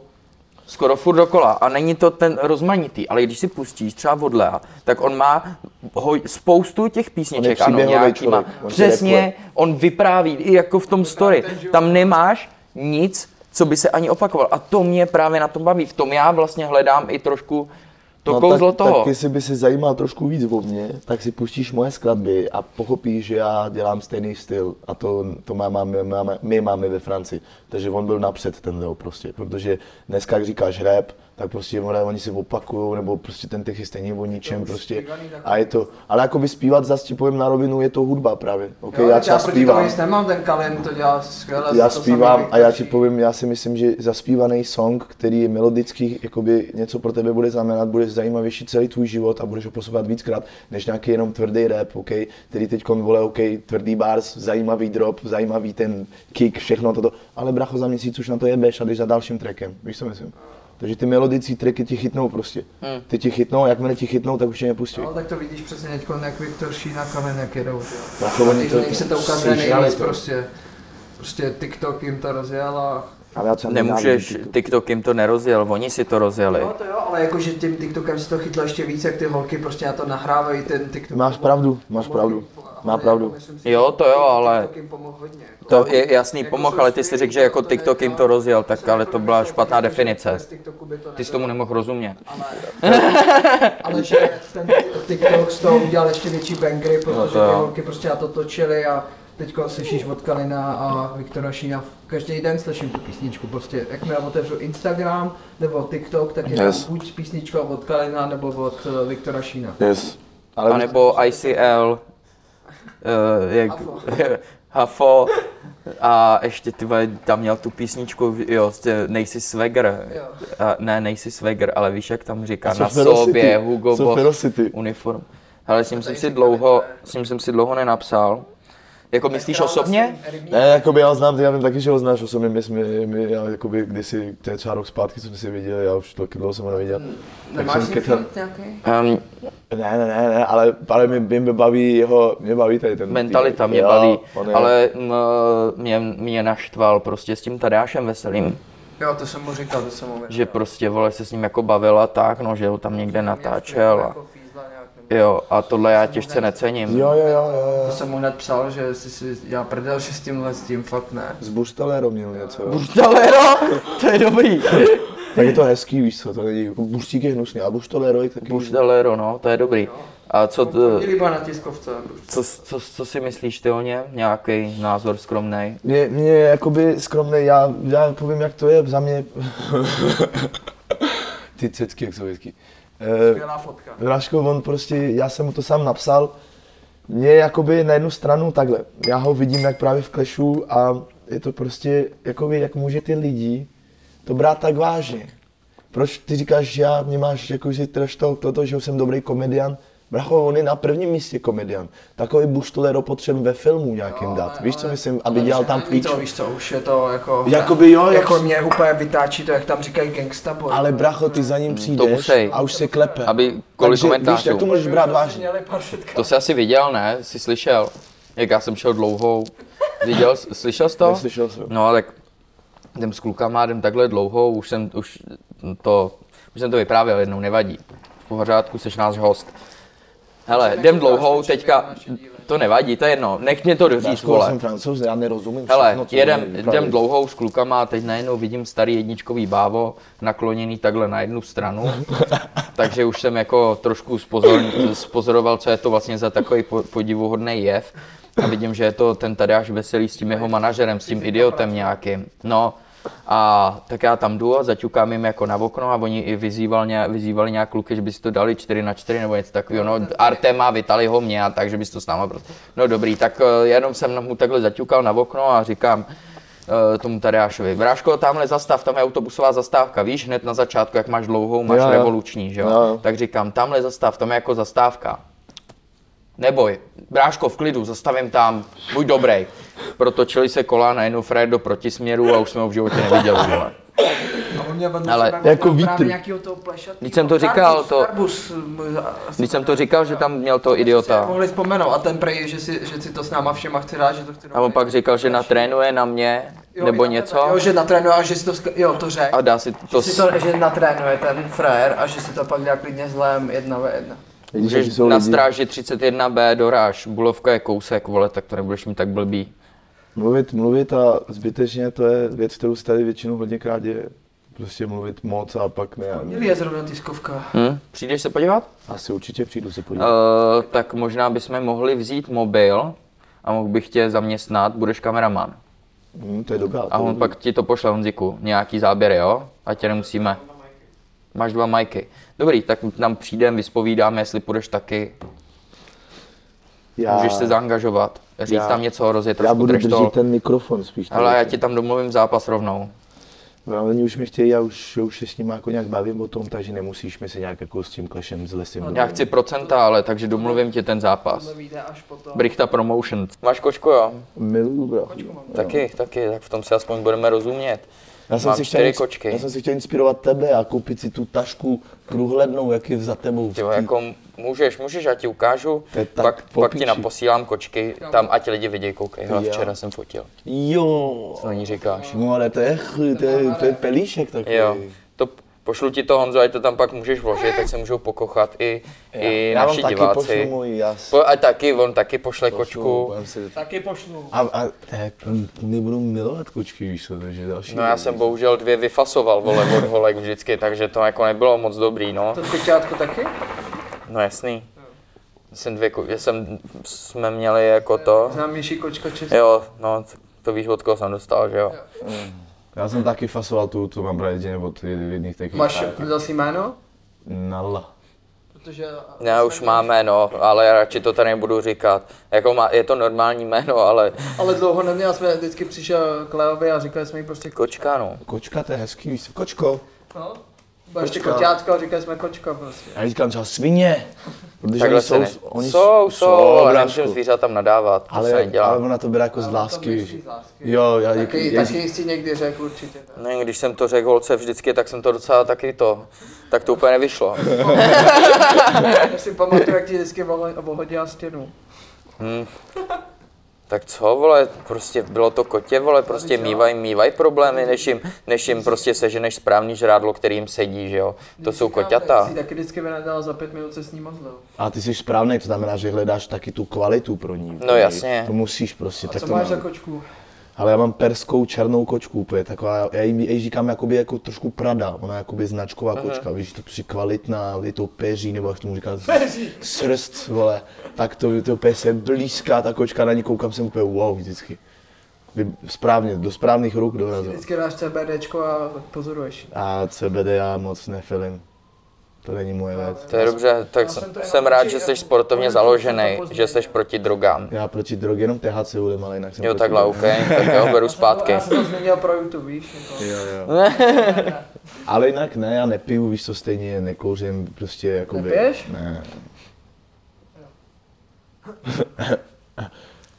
S1: skoro furt dokola a není to ten rozmanitý, ale když si pustíš třeba od Lea, tak on má hoj, spoustu těch písniček, ano,
S3: příběhový
S1: nějaký má.
S3: člověk, on si
S1: Přesně,
S3: repuje.
S1: on vypráví, i jako v tom story, tam nemáš nic, co by se ani opakoval a to mě právě na tom baví, v tom já vlastně hledám i trošku to kouzlo
S3: No, tak,
S1: toho.
S3: Tak jestli by se zajímal trošku víc o mě, tak si pustíš moje skladby a pochopíš, že já dělám stejný styl a to, to má, má, my, máme, my máme ve Francii. Takže on byl napřed ten Leo prostě, protože dneska, jak říkáš rap, tak prostě vole, oni se opakují, nebo prostě ten text je stejně o ničem prostě. A je to, ale jako by zpívat zase ti povím na rovinu, je to hudba právě. Okay, Jako já třeba
S5: já proti tomu
S3: zpívám
S5: nic nemám, ten Kalin to dělá skvěle.
S3: já
S5: to samý
S3: zpívám a já ti
S5: vytočí.
S3: povím, já si myslím, že zaspívaný song, který je melodický, jakoby něco pro tebe bude znamenat, bude zajímavější celý tvůj život a budeš ho posouvat víckrát, než nějaký jenom tvrdý rap, OK, který teď vole, OK, tvrdý bars, zajímavý drop, zajímavý ten kick, všechno toto, ale bracho za měsíc už na to jebeš a jdeš za dalším trackem, víš co myslím? Takže ty melodicí tracky ti chytnou prostě.
S1: Hmm.
S3: Ty ti chytnou, jakmile ti chytnou, tak už je nepustí.
S5: No, tak to vidíš přesně teď, jak Viktor Šín a Kalin, jak jedou, že jo.
S3: Bracho, oni
S5: Ty
S3: to-
S5: to, se to ukazuje
S3: slyšeli
S5: nejvíc
S3: to.
S5: prostě. Prostě TikTok jim to rozjel a...
S3: Ale já třeba
S1: Nemůžeš,
S3: nenávidím TikTok.
S1: TikTok jim to nerozjel, oni si to rozjeli.
S5: No to jo, a ale jakože tím TikTokem se to chytlo ještě víc, jak ty holky prostě na to nahrávají ten TikTok. jako
S3: Máš pravdu, máš pravdu. Má pravdu.
S5: Myslím si,
S1: Jo, to jo, ale
S5: TikTok jim pomohl hodně. jako.
S1: to je jasný
S5: Jako
S1: pomohl,
S5: jsou
S1: ale ty jsi řekl, že jako
S5: streamery,
S1: TikTok
S5: to
S1: jim to
S5: nedá.
S1: rozjel, tak ale to byla špatná
S5: Jako, že
S1: definice.
S5: bez TikToku by to
S1: Ty jsi
S5: nebylo.
S1: tomu nemohl rozumět.
S5: Ale, ale že ten TikTok z toho udělal ještě větší bangry, protože
S1: No to
S5: ty
S1: jo.
S5: holky prostě na to točily a teď slyšíš od Kalina a Viktora Šína. Každý den slyším tu písničku, prostě jakmile otevřu Instagram nebo TikTok, tak je tam
S3: Yes.
S5: buď písnička od Kalina nebo od eh, Viktora Šína.
S3: Yes.
S1: A
S3: Ale
S1: nebo ICL, eh, jak, Hafo, a ještě ty vole, tam měl tu písničku, jo, s tě- nejsi Swagger,
S5: Jo.
S1: a, ne, nejsi Swagger, ale víš, jak tam říká,
S3: A
S1: na
S3: jsou Ferocity.
S1: sobě, Hugo
S3: Jsou
S1: Boss,
S3: Ferocity.
S1: uniform. Ale s ním jsem si dlouho, s ním jsem si dlouho nenapsal. Jako myslíš osobně?
S3: ne, jakoby já ho znám, ty já vím taky, že ho znáš osobně, my jsme, my, já jakoby kdysi, to je třeba rok zpátky, co jsme si viděli, já už taky dlouho jsem ho neviděl.
S1: Hmm.
S3: Tak
S5: Nemáš
S3: jsem
S5: si
S3: kecal.
S5: fakt nějaký?
S1: Um,
S3: Ne, ne, ne, ne, ale, ale mě, mě, baví jeho, mě baví tady ten
S1: mentalita mě
S3: jo,
S1: baví,
S3: on je-
S1: ale m, mě, mě naštval prostě s tím Tadeášem Veselým,
S5: Jo, to jsem mu říkal, to jsem mu věděl.
S1: že prostě, vole, se s ním jako bavila tak, no, že ho tam někde natáčel
S5: jako
S1: a... Jo, a tohle já těžce necením.
S3: Jo, jo, jo, jo,
S5: To
S3: jo.
S5: jsem mu hned psal, že jsi si já prdel, že s tímhle s tím fakt ne.
S3: S Burstalero měl něco. jo.
S1: Dalero, to je dobrý.
S3: Tak je to hezký, víš co, to není, jako burstík je hnusný, a Burstalero je taky...
S1: Už Dalero, no, to je dobrý. A co, t-
S5: Líbá na tiskovce.
S1: co, co, co si myslíš ty o něm? Nějaký názor skromný?
S3: Mě, mě je jakoby skromný, já, já povím, jak to je, za mě... Ty cetky, jak jsou hezký. Eh,
S5: Skvělá fotka.
S3: Vraško, on prostě, já jsem mu to sám napsal, mě je jakoby na jednu stranu takhle, já ho vidím jak právě v Clashu a je to prostě, jakoby, jak může ty lidi to brát tak vážně. Proč ty říkáš, že já, mě máš jako, že trash talk, toto, že jsem dobrý komedian, Bracho, on je na prvním místě komedian. Takový buštolero potřebujeme ve filmu nějakým
S1: No,
S3: dát. Víš, co myslím? Aby dělal tam
S5: Víš
S3: píč.
S5: to, víš co, už je to jako...
S3: Jakoby jo,
S5: jako
S3: jak-
S5: mě úplně vytáčí to, jak tam říkají gangsta boy.
S3: Ale bracho, ty za ním
S1: to
S3: přijdeš
S1: musej.
S3: a už se klepe.
S1: Aby kolik
S3: Takže, víš, jak to
S1: komentářů?
S3: můžeš brát vážně?
S5: Měli pár setkání.
S1: To jsi asi viděl, ne? Jsi slyšel? Jak já jsem šel dlouhou. Viděl, jsi- slyšel jsi to?
S3: Neslyšel jsem.
S1: No tak jdem s klukama, jdem takhle dlouho, už jsem, už to, už jsem to vyprávěl jednou, nevadí. V pořádku, jsi náš host. Hele, jdem dlouhou, teďka, to nevadí, to je jedno, nech mě to doříct,
S3: Braško, já
S1: vole.
S3: jsem francouz, já nerozumím
S1: Hele,
S3: všechno, co oni
S1: jedem,
S3: vyprávějí.
S1: jedem dlouhou s klukama a teď najednou vidím starý jedničkový bávo nakloněný takhle na jednu stranu. Takže už jsem jako trošku spozor, spozoroval, co je to vlastně za takový po, podivuhodný jev. A vidím, že je to ten Tadeáš Veselý s tím jeho manažerem, s tím idiotem nějakým. No a tak já tam jdu a zaťukám jim jako na okno a oni i vyzýval nějak, vyzývali nějak kluky, že by si to dali 4 na 4 nebo něco takového. No Artema, vytali ho mě a tak, že bys to s náma prostě. No dobrý, tak eh, jenom jsem mu takhle zaťukal na okno a říkám, eh, tomu Tadeášovi. Vráško, tamhle zastav, tam je autobusová zastávka, víš, hned na začátku, jak máš dlouhou, máš
S3: Jo, jo.
S1: revoluční, že jo?
S3: Jo, jo.
S1: Tak říkám, tamhle zastav, tam je jako zastávka. Neboj, bráško, v klidu, zastavím tam, buď dobrý. Protočili se kola najednou Fred do protisměru a už jsme ho v životě neviděli. Vole.
S5: A on mě vedl
S1: Ale-
S5: sebe,
S3: Jako
S5: právě
S3: vítr.
S5: nějakýho toho plešatýho.
S1: Vždyť jsem to říkal, to-
S5: Arbus, Arbus, asi-
S1: Když jsem to říkal, že tam měl to
S5: si
S1: idiota.
S5: mohli vzpomenout a ten prej, že si, že si to s náma všema chce dát, že to chce
S1: A on pak říkal, že natrénuje na mě, nebo
S5: i na tebe.
S1: něco.
S5: Jo, že natrénuje a že si to, sk- jo, to řek.
S1: A dá si
S5: to
S1: to...
S5: si
S1: s-
S5: to, že natrénuje ten frajer a že si to pak dá klidně zlém jedna ve jedna.
S3: Vidíš, jaký
S1: Můžeš
S3: jsou
S1: na
S3: lidi.
S1: stráži 31B doráž, Bulovka je kousek, vole, tak to nebudeš mít tak blbý.
S3: Mluvit, mluvit a zbytečně to je věc, kterou se tady většinou hodněkrát děje. Prostě mluvit moc a pak ne.
S5: Měli je zrovna tiskovka.
S1: Hm? Přijdeš se podívat?
S3: Asi určitě přijdu se podívat.
S1: Uh, tak možná bychom mohli vzít mobil a mohl bych tě zaměstnat, budeš kameraman.
S3: Hmm, to je dobrá.
S1: A on pak ti to pošle Honziku, nějaký záběry, jo? A tě nemusíme. Máš dva majky. Dobrý, tak nám přijdem, vyspovídáme, jestli půjdeš taky.
S3: já,
S1: Můžeš se zaangažovat, říct
S3: Já-
S1: tam něco, rozjet
S3: Já
S1: trošku
S3: budu
S1: treštol.
S3: držet ten mikrofon spíš.
S1: Ale já ti tam domluvím zápas rovnou.
S3: Ale Oni už mě chtějí, já už, já už se s nimi jako nějak bavím o tom, takže nemusíš mi se nějak jako s tím klešem z lesem.
S1: No, Já chci procenta, ale takže domluvím ti ten zápas.
S5: To vyjde až potom.
S1: Brichta Promotion. Máš kočku, jo?
S3: Miluju, bro.
S1: Taky, taky, tak v tom se aspoň budeme rozumět.
S3: Já jsem,
S1: Mám
S3: si
S1: čtyři
S3: chtěl,
S1: kočky.
S3: já jsem si chtěl inspirovat tebe a koupit si tu tašku průhlednou, jak je za tebou. v
S1: Ty, vole,
S3: té-
S1: jako můžeš, můžeš, já ti ukážu,
S3: To je tak
S1: pak,
S3: po
S1: pak ti
S3: piči.
S1: naposílám kočky, tam ať lidi viděj, koukej, hele,
S3: Jo.
S1: včera jsem fotil.
S3: Jo.
S1: Co na ní říkáš?
S3: No ale to je, ch- to je, to je pelíšek takový.
S1: Jo, to, Pošlu ti to, Honzo, ať to tam pak můžeš vložit, tak se můžou pokochat i, i
S3: Já vám
S1: naši
S3: taky
S1: diváci.
S3: pošlu můj, já si
S1: Po, a taky, on taky pošle
S3: pošlu,
S1: kočku.
S3: budem si-
S4: Taky pošlu.
S3: A, a tak nebudu milovat kočky, víš co, takže další.
S1: No já jsem bohužel dvě vyfasoval, vole, od holek vždycky, takže to jako nebylo moc dobrý, no.
S5: To pěťátko taky?
S1: No jasný. Jsem dvě, ku- já jsem, jsme měli jako to.
S5: Známější kočka
S3: Eh,
S5: česká.
S1: Jo, no, to víš, od koho jsem dostal, že jo.
S3: Já jsem taky fasoval tu, tu mám právě nebo ty jedných takových.
S5: Máš dal si jméno?
S3: Nala.
S5: Protože...
S1: Ne, už má jméno, ale radši to tady nebudu říkat. Jako má, je to normální jméno, ale
S5: Ale dlouho neměl jsme, vždycky přišel k Leovi a říkali jsme jí prostě ko-
S1: kočka, no.
S3: Kočka, to je hezký, víš co, kočko.
S5: no. Byla ještě
S3: Kočka.
S5: koťátko a říkali jsme kočka prostě.
S3: A já říkám třeba svině. Protože
S1: Takhle
S3: oni
S1: se
S3: jsou,
S1: ne.
S3: oni
S1: Jsou, jsou, ale
S3: brášku.
S1: nemůžeme zvířatám nadávat, to se
S3: ale, ale
S1: nedělá.
S3: ona to bere jako z
S5: Ale to
S3: lásky.
S5: myslí
S3: víš.
S5: z lásky.
S3: Jo, já
S5: Taky,
S3: já-
S5: taky jsi někdy řekl určitě. ne?
S1: Ne, když jsem to řekl holce vždycky, tak jsem to docela taky to, tak to úplně nevyšlo.
S5: Já si pamatuju, jak ti vždycky oho- ohodila stěnu.
S1: Tak co, vole, prostě bylo to kotě, vole, prostě mývají, mývají problémy, než jim, než jim prostě seženeš správný žrádlo, který jim sedí, že jo. To jsou
S5: Říkám,
S1: koťata.
S5: Tak si taky vždycky vynadal za pět minut se s ní mazlil.
S3: A ty jsi správný, to znamená, že hledáš taky tu kvalitu pro ní.
S1: No jasně.
S3: To musíš prostě.
S5: A
S3: tak
S5: co
S3: to
S5: máš
S3: mám.
S5: za kočku?
S3: Ale já mám perskou černou kočku, úplně taková, já jí, já jí říkám jakoby jako trošku Prada, ona je jakoby značková kočka, víš, to při kvalitná, je to peří, nebo jak tomu říká, srst, vole, tak to, to úplně se blízká ta kočka, na ní koukám jsem úplně wow vždycky. Vy- Správně, do správných ruk dorazil.
S5: Vždycky dáš CBDčko a pozoruješ.
S3: A CBD já moc nefilím, to není moje věc.
S1: To je dobře, tak
S5: jsem
S1: jsem,
S5: to jenom
S1: jsem rád,
S5: určitě-
S1: že jsi sportovně založený,
S5: pozdě-
S1: že jsi proti drogám.
S3: Já proti drog jenom THC volím, ale jinak jsem
S1: Jo,
S3: proti
S1: takhle,
S3: drogám.
S1: OK, tak jo, beru zpátky.
S5: Já jsem to změnil pro YouTube, víš? Jako.
S3: Jo, jo. Ale jinak ne, já nepiju, víš co, stejně nekouřím, prostě jakoby...
S5: Nepiješ?
S3: Ne.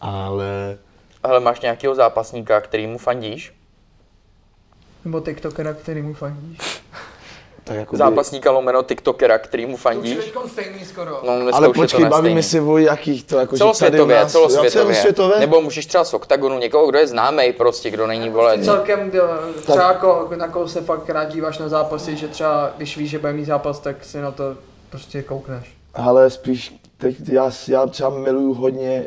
S3: Ale...
S1: Ale máš nějakého zápasníka, který mu fandíš?
S5: Nebo TikTokera, který mu fandíš.
S3: Tak jakoby...
S1: Zápasníka lomeno TikTokera, který mu
S5: Už je
S1: fandíš?
S5: teďkon stejný skoro.
S1: No, dneska
S3: Ale
S1: už je to
S3: počkej, bavíme
S1: nestejný.
S3: se o jakých to jako... že tady u
S1: Celosvětově,
S3: nás-
S1: celosvětově.
S3: Jo, celosvětově?
S1: Nebo můžeš třeba z oktagonu někoho, kdo je známý prostě, kdo není vole.
S5: Celkem jo, třeba jako, na koho se fakt rád díváš na zápasy, že třeba když víš, že bude mít zápas, tak si na to prostě koukneš.
S3: Ale spíš, teď já, já třeba miluju hodně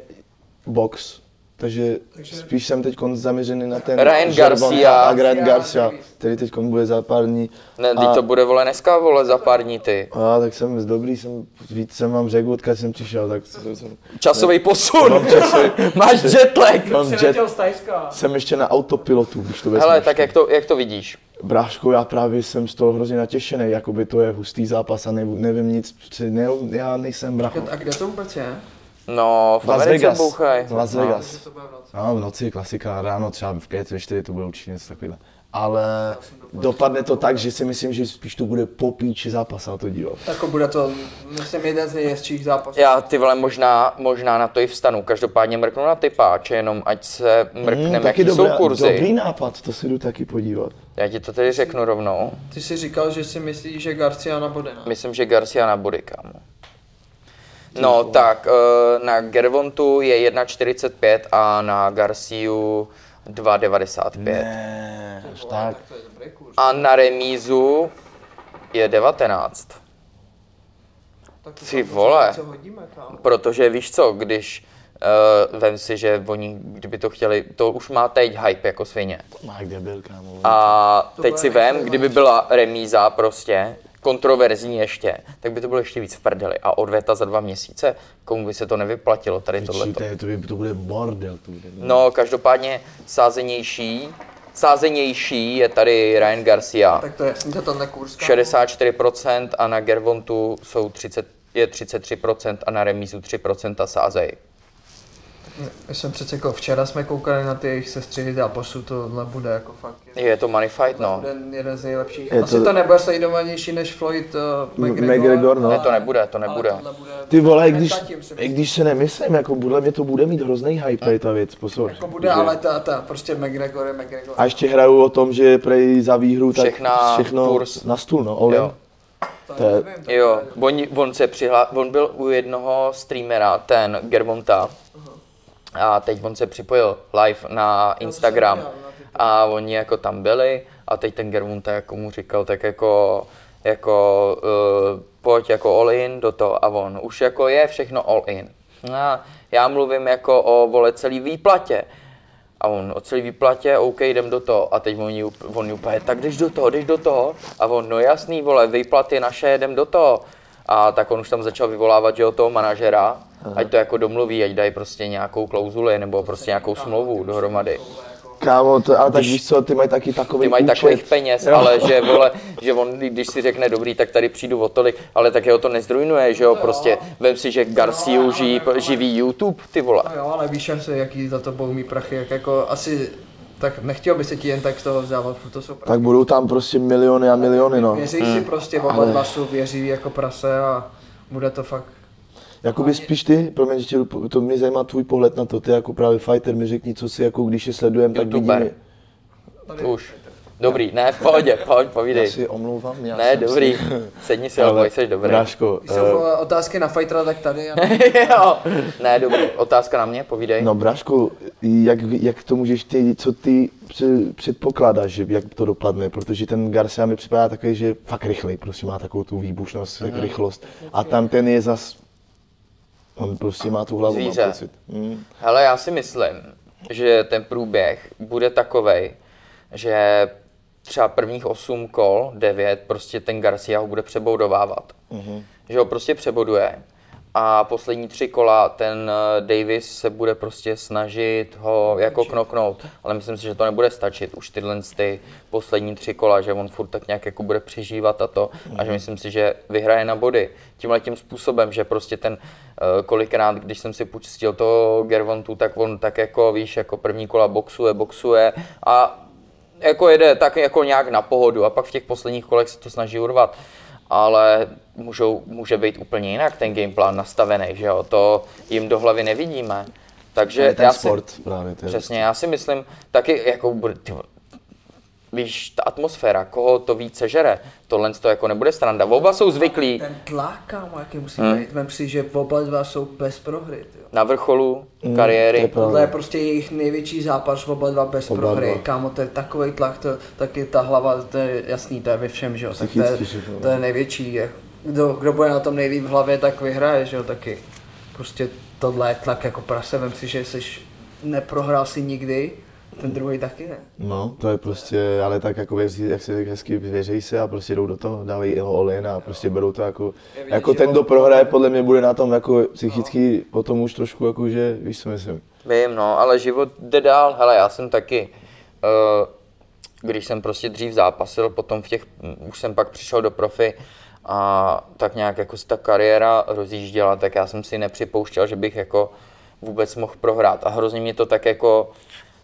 S3: box, takže, spíš jsem teď zaměřený na ten
S1: Ryan
S3: žargon
S1: Garcia.
S3: a Ryan Garcia,
S5: Garcia.
S3: který teď bude za pár dní.
S1: Ne,
S3: A-
S1: teď to bude vole dneska, vole za pár dní ty.
S3: A tak jsem dobrý, jsem, víc jsem vám řekl, odkud jsem přišel, tak jsem, jsem,
S1: Časový posun, máš jetlag.
S3: mám jet,
S5: z Tajska.
S3: jsem ještě na autopilotu, když to vezmeš.
S1: Hele, tak jak to, jak to vidíš?
S3: Bráško, já právě jsem z toho hrozně natěšený, jakoby to je hustý zápas a ne, nevím nic, při- ne, já nejsem bracho.
S5: A kde to vůbec je?
S1: No, v
S3: Las
S1: Americe
S3: Vegas,
S1: bouchaj.
S3: Las Vegas.
S5: To bude v noci.
S3: No, v noci klasika, ráno třeba v pět, ve čtyři to bude určitě něco takového. Ale dopadne to tak, že si myslím, že spíš to bude popíči zápas a to dívat.
S5: Jako bude to, myslím, jeden z nejhezčích zápasů.
S1: Já ty vole možná, možná na to i vstanu. Každopádně mrknu na ty páče, jenom ať se mrkneme, jaký jsou kurzy.
S3: Mm, Hmm, dobrý nápad, to si jdu taky podívat.
S1: Já ti to tedy řeknu rovnou.
S5: Ty jsi říkal, že si myslíš, že Garcia no. nabude, ne?
S1: Myslím, že Garcia na body, kámo. No tak, eh, na Gervontu je 1,45 a na Garciu 2,95.
S5: Eh,
S3: Ne, až tak.
S5: To je dobrý kurz.
S1: A na remízu je 19.
S5: Tak to
S1: Ty
S5: tam
S1: vole.
S5: něco hodíme, kámo.
S1: Protože víš co, když uh, vem si, že oni, kdyby to chtěli, to už má teď hype jako svině.
S3: Má kde byl, kámo.
S1: A teď
S5: bude
S1: si vem, kdyby byla remíza prostě, kontroverzní ještě, tak by to bylo ještě víc v prdeli. A odveta za dva měsíce, komu by se to nevyplatilo tady
S3: Či,
S1: tohleto.
S3: to, je- to, by- to bude bordel, to bude.
S1: No, každopádně sázenější, sázenější je tady Ryan Garcia.
S5: Tak to je jasný, to tenhle kurz, kámo.
S1: 64% a na Gervontu jsou 30, je 33% a na remízu 3% sázej.
S5: Já jsem přece jako včera jsme koukali na ty jejich sestřihy zápasu, tohle bude jako fakt jeden,
S1: Je to money fight, no.
S5: jeden, jeden z nejlepších.
S3: Je
S5: Asi to...
S3: to-
S5: nebude sledovanější než Floyd uh,
S3: M-
S5: McGregor,
S3: McGregor, no.
S1: Ne, to nebude, to nebude.
S5: Ale tohle bude...
S3: Ty vole, i když,
S5: Zatím si
S3: i
S5: myslím.
S3: když se nemyslím, jako podle mě to bude mít hrozný hype tady ta věc, pozor.
S5: Jako bude, ale ta, ta, prostě McGregor je McGregor.
S3: A ještě hraju o tom, že prej za výhru, tak
S1: Všechna
S3: všechno
S1: kurz.
S3: na stůl, no, all in.
S1: Jo.
S5: to je, nevím, to
S1: Jo, on, on, se přihla, on byl u jednoho streamera, ten Gervonta, a teď on se připojil live na
S5: jsem
S1: Instagram
S5: viděl, na TikToku.
S1: a oni jako tam byli A teď ten Germund jako mu říkal, tak jako, jako uh, pojď jako all in do toho a on. Už jako je všechno all in. No a já mluvím jako o vole celý výplatě. A on o celý výplatě, OK, jdem do toho. A teď on, jí up- on jí úplně, tak jdeš do toho, jdeš do toho. A on, no jasný, vole, výplaty naše, jdem do toho. A tak on už tam začal vyvolávat, že jo, toho manažera, ať to jako domluví, ať dají prostě nějakou klauzuli nebo prostě nějakou smlouvu dohromady.
S3: Kámo, to, ale tak víš co, ty mají taky takový
S1: Ty mají
S3: účet.
S1: takových peněz, ale že vole, že on, když si řekne dobrý, tak tady přijdu o tolik, ale tak jeho to nezdrujnuje, že jo, prostě. Vem si, že Garciu žijí, živí YouTube, ty vole.
S5: No jo, ale víš, jak se, jaký za to budou mít prachy, jak jako asi, tak nechtěl by se ti jen tak z toho vzdávat, furt to jsou prachy.
S3: Tak budou tam prostě miliony a miliony, no.
S5: Věří si prostě, oba dva jsou věří jako prase a bude to fakt
S3: Jakoby spíš ty, promiň, že tě, dopo- to mě zajímá tvůj pohled na to, ty jako právě fighter mi řekni, co si jako když je sledujem, tak
S1: YouTuber.
S3: vidím.
S1: Už. Dobrý, ne, v pohodě, pojď,
S3: Já
S1: povídej.
S3: si omlouvám, já
S1: Ne,
S3: jsem
S1: dobrý,
S3: Si...
S1: sedni si, ale jsi dobrý.
S3: Bráško,
S5: Když jsou
S3: eh,
S5: vole, otázky na fightera, tak tady. A...
S1: jo. Ne, dobrý, otázka na mě, povídej.
S3: no Bráško, jak, jak to můžeš ty, co ty při- předpokládáš, že jak to dopadne, protože ten Garcia mi připadá takový, že je fakt rychlej, prostě má takovou tu výbušnost,
S1: Mhm.
S3: mm. rychlost a tam ten je zas, on prostě má tu hlavu, mám
S1: Zvíře.
S3: pocit. Mm.
S1: Hele, já si myslím, že ten průběh bude takovej, že třeba prvních 8 kol, 9, prostě ten Garcia ho bude přeboudovávat.
S3: Mhm.
S1: Mm-hmm. Že ho prostě přeboduje. A poslední tři kola ten eh, Davis se bude prostě snažit ho jako knoknout, ale myslím si, že to nebude stačit už tyhle ty poslední tři kola, že on furt tak nějak jako bude přežívat a to a
S3: Mhm.
S1: že myslím si, že vyhraje na body. Tímhle tím způsobem, že prostě ten eh, kolikrát, když jsem si pustil toho Gervontu, tak on tak jako, víš, jako první kola boxuje, boxuje a jako jede tak jako nějak na pohodu a pak v těch posledních kolech se to snaží urvat. Ale můžou, může být úplně jinak ten gameplan nastavený, že jo? To jim do hlavy nevidíme. Takže
S3: To je ten
S1: já
S3: sport
S1: si,
S3: právě, to je prostě-
S1: Přesně, já si myslím, taky jako bude, ty, vole, víš, ta atmosféra, koho to víc sežere, tohle to jako nebude sranda. Oba jsou zvyklí
S5: Ten tlak, kámo, jaký musí hmm. být. Vem si, že oba dva jsou bez prohry. tyjo.
S1: na vrcholu kariéry.
S3: pravda.
S5: Tohle je prostě jejich největší zápas, oba dva bez
S3: No. Oba
S5: oba prohry.
S3: dva.
S5: Dva. Kámo, to je takový tlak, to, taky ta hlava, to je jasný, to je ve všem, že jo. Tak to, je,
S3: Psychicky, že to-
S5: to je největší. jak- Kdo, kdo bude na tom nejlíp v hlavě, tak vyhraje, že jo, taky. Prostě tohle je tlak jako prase, vem si, že jsi neprohrál si nikdy, ten druhý taky ne.
S3: No, to je prostě, ale tak jako věří, jak si řekl hezky, věří se a prostě jdou do toho, dávají jeho olin a prostě berou to jako, jako ten, kdo prohraje, podle mě bude na tom jako psychicky
S1: No.
S3: potom už trošku jako, že víš, co myslím.
S1: Vím, no, ale život jde dál. Hele, já jsem taky, eh, když jsem prostě dřív zápasil, potom v těch, m, už jsem pak přišel do profi a tak nějak jako se ta kariéra rozjížděla, tak já jsem si nepřipouštěl, že bych jako vůbec mohl prohrát. A hrozně mě to tak jako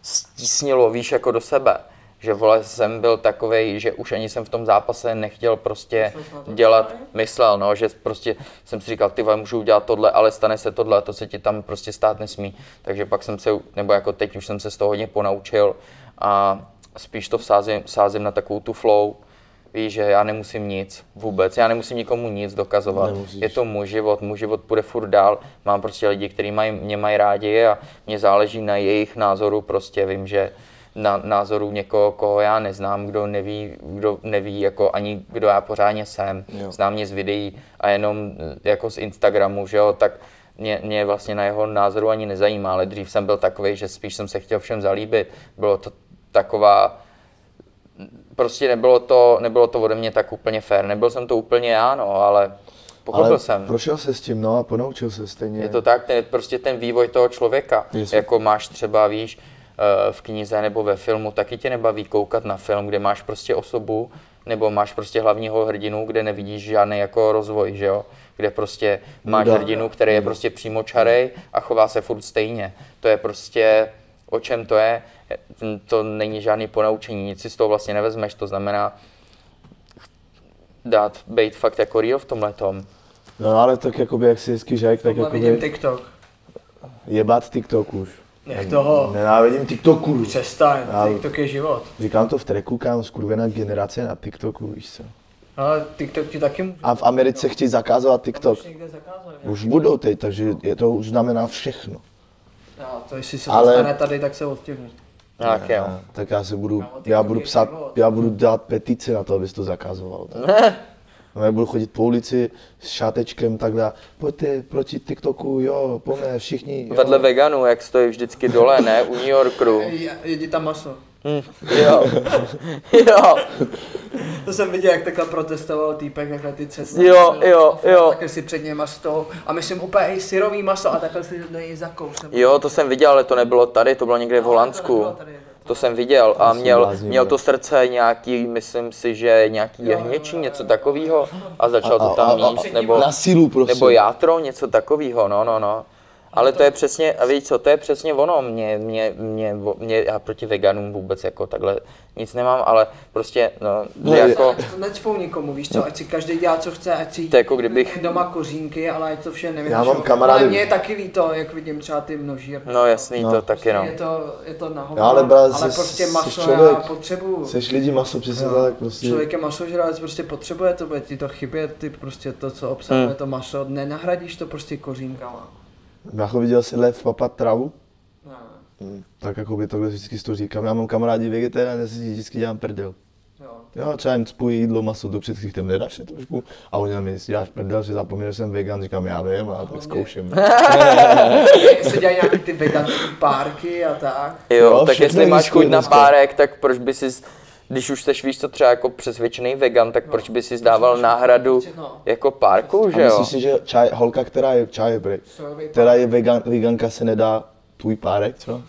S1: stísnilo, víš, jako do sebe. Že vole, jsem byl takovej, že už ani jsem v tom zápase nechtěl prostě dělat, myslel, no, že prostě jsem si říkal, ty vole, můžu udělat tohle, ale stane se tohle, to se ti tam prostě stát nesmí. Takže pak jsem se, nebo jako teď už jsem se z toho hodně ponaučil a spíš to vsázím, sázím na takovou tu flow, víš, že já nemusím nic vůbec, já nemusím nikomu nic dokazovat,
S3: Nemusíš.
S1: je to můj život, můj život půjde furt dál, mám prostě lidi, kteří maj, mě mají rádi a mě záleží na jejich názoru, prostě vím, že na názoru někoho, koho já neznám, kdo neví, kdo neví jako ani kdo já pořádně jsem,
S3: Jo.
S1: jo. znám mě z videí a jenom eh, jako z Instagramu, že jo, tak mě, mě vlastně na jeho názoru ani nezajímá, ale dřív jsem byl takový, že spíš jsem se chtěl všem zalíbit, bylo to taková prostě nebylo to, nebylo to ode mě tak úplně fair. Nebyl jsem to úplně já, no, ale pochopil
S3: Ale
S1: jsem.
S3: prošel se s tím, no a ponaučil se stejně.
S1: Je to tak, ten, prostě ten vývoj toho člověka.
S3: Jestli-
S1: Jako máš třeba, víš, eh, v knize nebo ve filmu, taky tě nebaví koukat na film, kde máš prostě osobu, nebo máš prostě hlavního hrdinu, kde nevidíš žádný jako rozvoj, že jo? Kde prostě máš
S3: Buda.
S1: hrdinu, který je prostě přímočarej a chová se furt stejně. To je prostě, o čem to je, Hm, to není žádný ponaučení, nic si z toho vlastně nevezmeš, to znamená dát, být fakt jako real v tomhle tom.
S3: No ale tak jakoby, jak si hezky řekl, tak
S5: Tohle vidím
S3: jakoby
S5: TikTok.
S3: jebat TikTok už.
S5: Nech toho,
S3: Nenávidím TikToku.
S5: přestaň,
S3: Ale-
S5: TikTok je život.
S3: Říkám to v tracku, kam skurvená generace na TikToku, víš co.
S5: Ale TikTok ti taky může.
S3: A v Americe chtějí zakázovat TikTok.
S5: Někde zakázali.
S3: Už budou teď, takže je to už znamená všechno.
S5: No, to jestli se
S3: Ale-
S5: Ale... stane tady, tak se odtěhnu.
S1: No, Tak jo.
S3: Tak já se budu,
S4: Kámo, ty
S3: já
S4: koký
S3: budu psát,
S4: život.
S3: já budu dělat petici na to, abys to zakazoval. No, já budu chodit po ulici s šátečkem tak dále. Pojďte proti TikToku, jo, po mé, všichni. Jo.
S1: Vedle veganů, jak stojí vždycky dole, ne? U New Yorku.
S5: Jedi tam maso.
S1: Jo. Jo.
S5: To jsem viděl, jak takhle protestoval týpek, takhle ty cesty.
S1: Jo, jo, jo.
S5: Takhle si před něma stol a myslím úplně i syrový maso a takhle si do něj zakousem.
S1: Jo, to jsem viděl, ale to nebylo tady, to bylo někde v Holandsku. To jsem viděl a
S3: jsem
S1: měl,
S3: bláznivý,
S1: měl
S3: ne?
S1: to srdce nějaký, myslím si, že nějaký jehněčí, něco takového a začal to tam míst, nebo,
S3: na sílu prostě.
S1: nebo játro, něco takového, no, no, no. Ale to je přesně, a víš co, to je přesně ono, mě, mě, mě, mě, já proti veganům vůbec jako takhle nic nemám, ale prostě, no,
S3: No, je-
S1: jako,
S5: To necpou nikomu, víš co, ať si každý dělá, co chce, ať si
S1: To je jako kdybych-
S5: doma kořínky, ale ať to vše nevím.
S3: Já mám kamarády-
S5: Ale mě je taky líto, jak vidím třeba ty množírky.
S1: no jasný,
S3: No.
S1: to taky no.
S5: Je to, je to na hovno,
S3: Já ale, brá,
S5: ale
S3: jsi-
S5: prostě
S3: jsi
S5: maso
S3: člověk.
S5: já potřebuju.
S3: Seš lidi maso, přesně
S5: Jo.
S3: tak prostě.
S5: No. Člověk je masožralec, prostě potřebuje to, bude ti to chybět, ty prostě to, co obsahuje
S1: Hmm.
S5: to maso, nenahradíš to prostě kořínkama.
S3: Brácho, viděl jsi lev papat travu?
S5: Ne.
S3: Mm. Tak jako by takhle vždycky si to říkám. Já mám kamarádi vegetariány, já si vždycky dělám prdel.
S5: Jo.
S3: Jo, třeba jim cpuji jídlo, maso do předchých těm nedáš si trošku. A oni na mě si děláš prdel, že zapomněl, že jsem vegan, říkám, já vím, a tak zkouším.
S5: se dělají nějaký ty veganské párky a tak.
S1: Jo,
S3: Jo,
S1: tak
S3: všechno
S1: jestli
S3: je
S1: máš
S3: nízko
S1: chuť na
S3: dneska.
S1: párek, tak proč by si, když už seš víš co třeba jako přesvědčený vegan, tak No, proč by si dával náhradu
S5: No.
S1: jako párku,
S3: A
S1: že jo?
S3: myslíš si, že čaj, holka, která je čaj, bry, která je vegan, veganka, se nedá tvůj párek, co?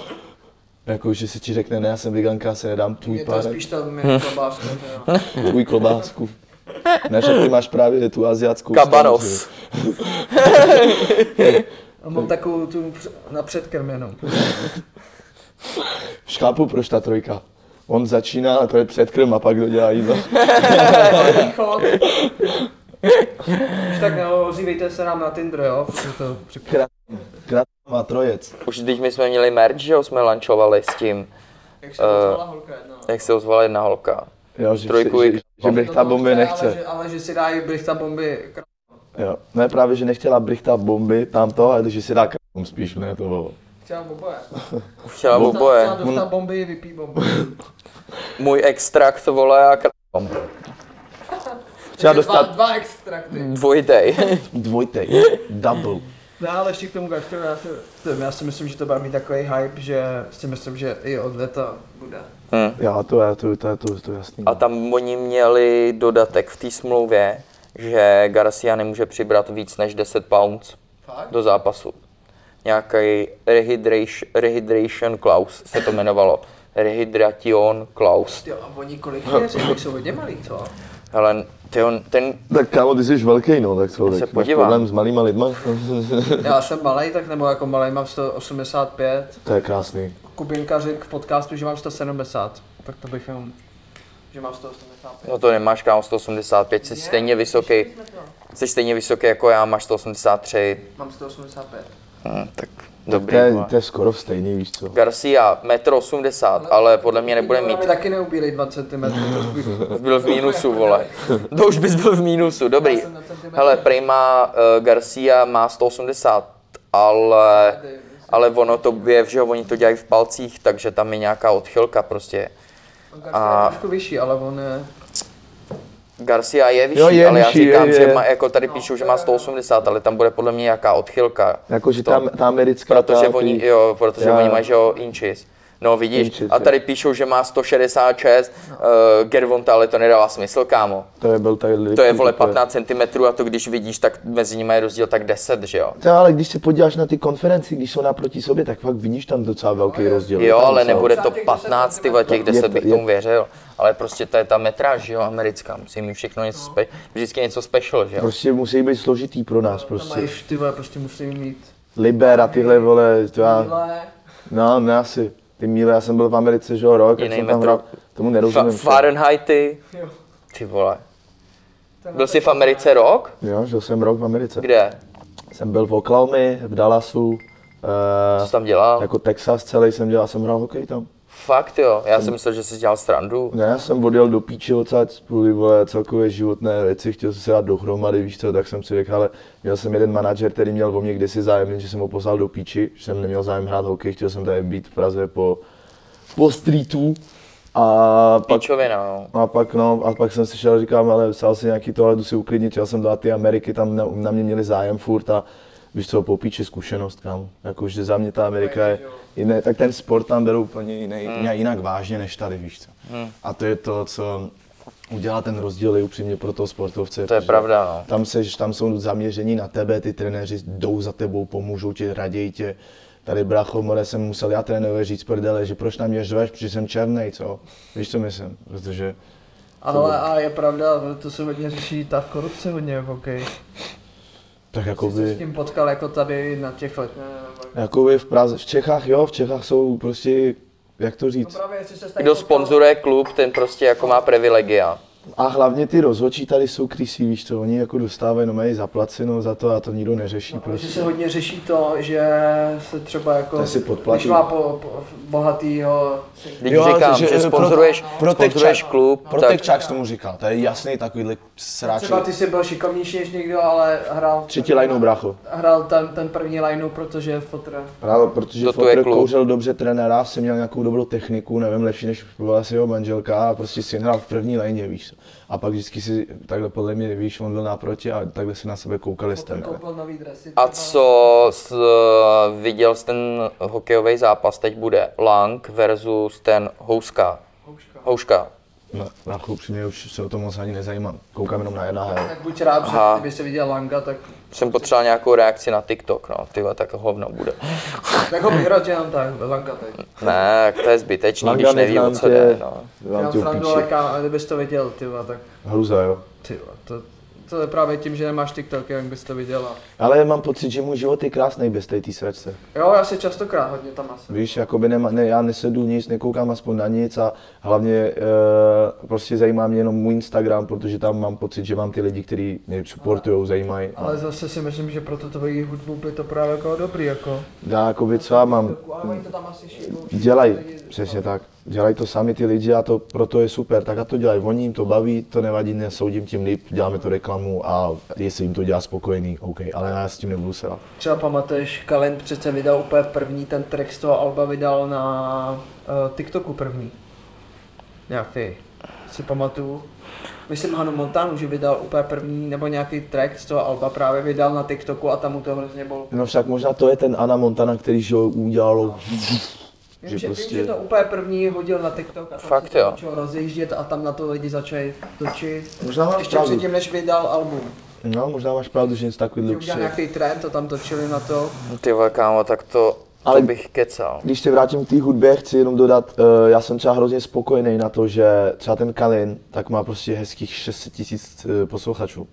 S3: jako, že se ti řekne, ne, já jsem veganka, já se nedám tvůj
S5: Je to
S3: párek,
S5: spíš ta mě klobáska, že jo.
S3: tvůj klobásku. Ne, že ty máš právě tu asiátskou.
S1: Kabanos.
S5: A mám takovou tu př- na předkrm jenom.
S3: Škápu, proč ta trojka. On začíná, to je předkrm a pak dodělá jídlo.
S5: Východ. Už tak neozývejte se nám na Tinder, jo? protože to přip-
S3: Krát má trojec.
S1: Už teď my jsme měli merch, že jo, jsme lančovali s tím,
S5: Jak se nazvala holka jedna? no.
S1: jak se ozvala jedna holka.
S3: Jo, že,
S1: Trojku
S3: že,
S1: je-
S3: že, že Brichta bomby
S5: Ale
S3: nechce.
S5: že, ale že si dá i brichta bomby. kr-
S3: Jo. Ne, právě, že nechtěla Brichta bomby tamto, ale že si dá krám spíš, ne, to bylo.
S5: Chtěla oboje.
S1: Chtěla
S5: Chtěla
S1: oboje.
S5: dostat bomby, vypí bomby.
S1: Můj extrakt, vole, a kr...
S3: Chtěla
S5: Dva,
S3: dostat
S5: dva extrakty.
S1: dvojitej.
S3: dvojtej, double.
S5: No ale ještě k tomu Garfieldu, já si, to- já si myslím, že to bude mít takový hype, že si myslím, že i od leta bude.
S1: Hm.
S3: Já to, já to, to, je- to, to je jasný.
S1: A tam oni měli dodatek v té smlouvě, že Garcia nemůže přibrat víc než 10 pounds
S5: Fakt?
S1: do zápasu. Nějaký rehydration, rehydration clause se to jmenovalo. Rehydration clause.
S5: Jo, a oni kolik
S3: No.
S5: je, že jsou hodně malý, co?
S1: Hele, ty on, ten,
S3: Tak kámo, ty jsi velký, no, tak co,
S1: se
S3: tak máš
S1: podívám.
S3: problém s malýma lidma.
S5: Já jsem malý, tak nebo jako malý mám 185.
S3: to je krásný.
S5: Kubinka řekl v podcastu, že mám 170. Tak to bych jenom, že mám 185.
S1: no to nemáš kámo 185, jsi stejně vysoký, jsi stejně vysoký jako já, máš 183.
S5: Mám 185.
S1: Hm, tak
S3: To
S1: dobrý.
S3: je,
S1: vole.
S3: to je skoro stejný, víš co.
S1: Garcia, 1,80 m, ale podle mě nebude mít.
S5: Mě taky neubírej 2 cm.
S1: Byl v mínusu, vole. To už bys byl v mínusu, dobrý.
S5: Já jsem na centimetr.
S1: Hele, Prima uh, Garcia má 180, ale, ale ono to je, že jo, oni to dělají v palcích, takže tam je nějaká odchylka prostě.
S5: A... Je trošku vyšší, ale on je...
S1: Garcia je vyšší,
S3: Jo, je
S1: ale
S3: vyšší,
S1: já
S3: je,
S1: říkám,
S3: je.
S1: že má, jako tady píšu, že má 180, ale tam bude podle mě nějaká odchylka.
S3: Jakože
S1: To-
S3: ta, ta americká...
S1: Protože
S3: ta,
S1: oni, jo, protože
S3: Já-
S1: oni mají, že jo, inches. No vidíš,
S3: Inches,
S1: a
S3: jo.
S1: tady píšou, že má 166, uh, Gervonta, ale to nedává smysl, kámo.
S3: To je byl tady...
S1: To je vole 15 cm a to když vidíš, tak mezi nimi je rozdíl tak 10, že jo?
S3: No, ale když se podíváš na ty konferenci, když jsou naproti sobě, tak fakt vidíš tam docela velký rozdíl.
S1: Jo,
S3: Tam
S1: ale
S3: docela-
S1: nebude to 15, ty vole, těch 10 bych
S3: je-
S1: tomu věřil. Ale prostě to je ta metráž, že jo, americká, musí mít všechno něco spe, vždycky něco special, že jo?
S3: Prostě musí být složitý pro nás,
S5: To mají,
S3: prostě.
S5: ty vole, prostě musím mít.
S3: Libera, tyhle vole, to já,
S5: Ale...
S3: no, ne asi. Ty míle, já jsem byl v Americe, že jo, rok, jak
S1: Jiný
S3: jsem tam
S1: metro.
S3: hrál, tomu nerozumím.
S1: Fa- Fahrenheity,
S5: Jo.
S1: ty vole. Byl jsi v Americe rok?
S3: Jo, žil jsem rok v Americe.
S1: Kde?
S3: Jsem byl v Oklahoma, v Dallasu,
S1: Co jsi
S3: eh,
S1: tam dělal?
S3: jako Texas celý jsem dělal, jsem hrál hokej tam.
S1: Fakt jo, já jsem myslel, že jsi dělal strandu.
S3: Ne, já jsem odjel do píči odsaď kvůli vole celkové životné věci, chtěl jsem se dát dohromady, víš co, tak jsem si řekl, ale měl jsem jeden manažer, který měl o mě kdysi zájem, že jsem ho poslal do píči, že jsem neměl zájem hrát hokej, chtěl jsem tady být v Praze po po streetu a pak,
S1: Píčovina, no.
S3: a pak, no, a pak jsem si šel, říkám, ale psal si nějaký tohle, jdu si uklidnit, já jsem dát ty Ameriky, tam na, na, mě měli zájem furt a víš co, popíče zkušenost, kam. Jakože za mě ta Amerika je jiné, tak ten sport tam berou úplně jiný,
S1: Hmm.
S3: nějak jinak vážně než tady, víš co. A to je to, co udělá ten rozdíl i upřímně pro toho sportovce.
S1: To je
S3: protože-
S1: pravda, no.
S3: tam, seš, tam jsou zaměření na tebe, ty trenéři jdou za tebou, pomůžou ti, raději tě. Tady bracho, more jsem musel já trénovi říct prdele, že proč na mě řveš, protože jsem černý, co? Víš, co myslím? Protože
S5: Ale a je pravda, to se hodně řeší ta korupce hodně v hokeji.
S3: tak
S5: Se s
S3: jakoby,
S5: tím potkal jako tady na těch let.
S3: jakoby v Praze, v Čechách jo, v Čechách jsou prostě, jak to
S5: No
S3: říct?
S5: právě, jestli se
S1: Kdo sponzoruje klub, ten prostě jako má privilegia.
S3: A hlavně ty rozhodčí tady jsou krysí, víš to, oni jako dostávají no mají zaplaceno za to a to nikdo neřeší
S5: Protože
S3: prostě.
S5: se hodně řeší to, že se třeba jako,
S3: To si podplatí.
S5: když má po, po, bohatýho,
S1: Když
S3: Jo,
S1: říkám,
S3: že-
S1: že,
S3: že pro-
S1: sponzoruješ,
S3: Protect
S1: sponzoruješ
S3: Chuck.
S1: klub, tak
S3: Protekčák tomu říkal, to je jasný takovýhle sráč.
S5: třeba ty jsi byl šikovnější než někdo, ale hrál,
S3: Třetí lajnou bracho.
S5: hrál ten, ten první lajnu, protože je fotra.
S3: Právě, protože
S1: To
S3: to
S1: tu je
S3: Fotr
S1: klub.
S3: kouřil dobře trenéra, jsem měl nějakou dobrou techniku, nevím, lepší než byla asi jeho manželka a prostě syn hrál v první léně, víš. co. A pak vždycky si takhle podle mě, víš, on byl naproti a takhle si na sebe koukali s
S5: Ten
S3: trenéry.
S5: koupil jako nový dresy.
S1: A
S5: třeba.
S1: co s, eh, viděl jsi ten hokejový zápas, teď bude Lang versus ten Houska.
S5: Houška.
S1: Houška.
S3: No, na upřímně už se o tom moc ani nezajímám. Koukám jenom na jedna
S5: Tak buď rád,
S1: Aha.
S5: že kdyby se viděl Langa, tak,
S1: Jsem potřeboval nějakou reakci na TikTok, no, tyhle, tak hovno bude.
S5: tak ho vyhrát jenom tak, Langa teď.
S1: Ne, tak to je zbytečný,
S3: Langa,
S1: když neví, o
S3: neznám
S1: co
S3: tě.
S1: jde, no.
S3: Vám
S5: Já
S3: tě
S5: srandu, ale
S3: upíči.
S5: kámo, kdybys to viděl, ty vole, tak
S3: Hruza, jo.
S5: ty vole, to, to je právě tím, že nemáš TikTok, jak bys to viděla.
S3: Ale mám pocit, že můj život je krásný bez té tý sračce.
S5: Jo, já se častokrát hodně tam asi.
S3: Víš, jakoby nema, ne, já nesedu nic, nekoukám aspoň na nic a hlavně e, prostě zajímá mě jenom můj Instagram, protože tam mám pocit, že mám ty lidi, kteří mě supportují, zajímají.
S5: Ale zase si myslím, že pro tu tvoji hudbu by to právě jako dobrý, jako.
S3: Já jakoby co já mám,
S5: Ale oni to tam asi šijou.
S3: dělají, přesně tak, dělají to sami ty lidi a to proto je super, tak a to dělají, oni jim to baví, to nevadí, nesoudím tím líp, děláme to reklamu a jestli jim to dělá spokojený, OK, ale já s tím nebudu se
S5: Třeba pamatuješ, Kalin přece vydal úplně první, ten track z toho Alba vydal na uh, TikToku první. Nějaký, si pamatuju. Myslím Hanu Montanu, že vydal úplně první, nebo nějaký track z toho Alba právě vydal na TikToku a tam mu to hrozně bylo.
S3: No však možná to je ten Ana Montana, který že ho udělal,
S5: Vím,
S3: že
S5: že, že,
S3: prostě...
S5: vím, že to úplně první hodil na TikTok a tam
S1: Fakt
S5: se to
S1: jo.
S5: začalo rozjíždět a tam na to lidi začali točit.
S3: Možná máš
S5: Ještě
S3: pravdu.
S5: předtím, než vydal album.
S3: No, možná máš pravdu, že něco
S5: Že
S3: takovýhle
S5: udělal
S3: přijde.
S5: nějaký trend a tam točili na to.
S1: Ty vole, kámo, tak to,
S3: Ale-
S1: to bych kecal.
S3: Když se vrátím k té hudbě, chci jenom dodat, eh, já jsem třeba hrozně spokojený na to, že třeba ten Kalin, tak má prostě hezkých 600 tisíc eh, posluchačů.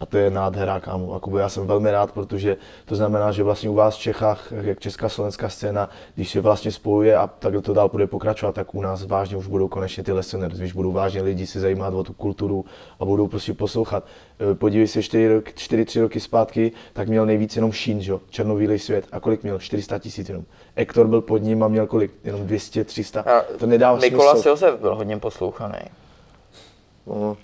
S3: A to je nádhera, kámo. A Kubo, já jsem velmi rád, protože to znamená, že vlastně u vás v Čechách, jak česká slovenská scéna, když se vlastně spojuje a takhle to dál bude pokračovat, tak u nás vážně už budou konečně ty listeners, když budou vážně lidi se zajímat o tu kulturu a budou prostě poslouchat. Eh, Podívej se 4, rok, 4 3 roky zpátky, tak měl nejvíc jenom Sheen, že? jo? Černobílej svět. A kolik měl? 400 tisíc jenom. Ektor byl pod ním a měl kolik? Jenom 200, 300.
S1: A
S3: To nedá
S1: Mikolas
S3: smysl.
S1: Josef byl hodně poslouchaný.
S3: No.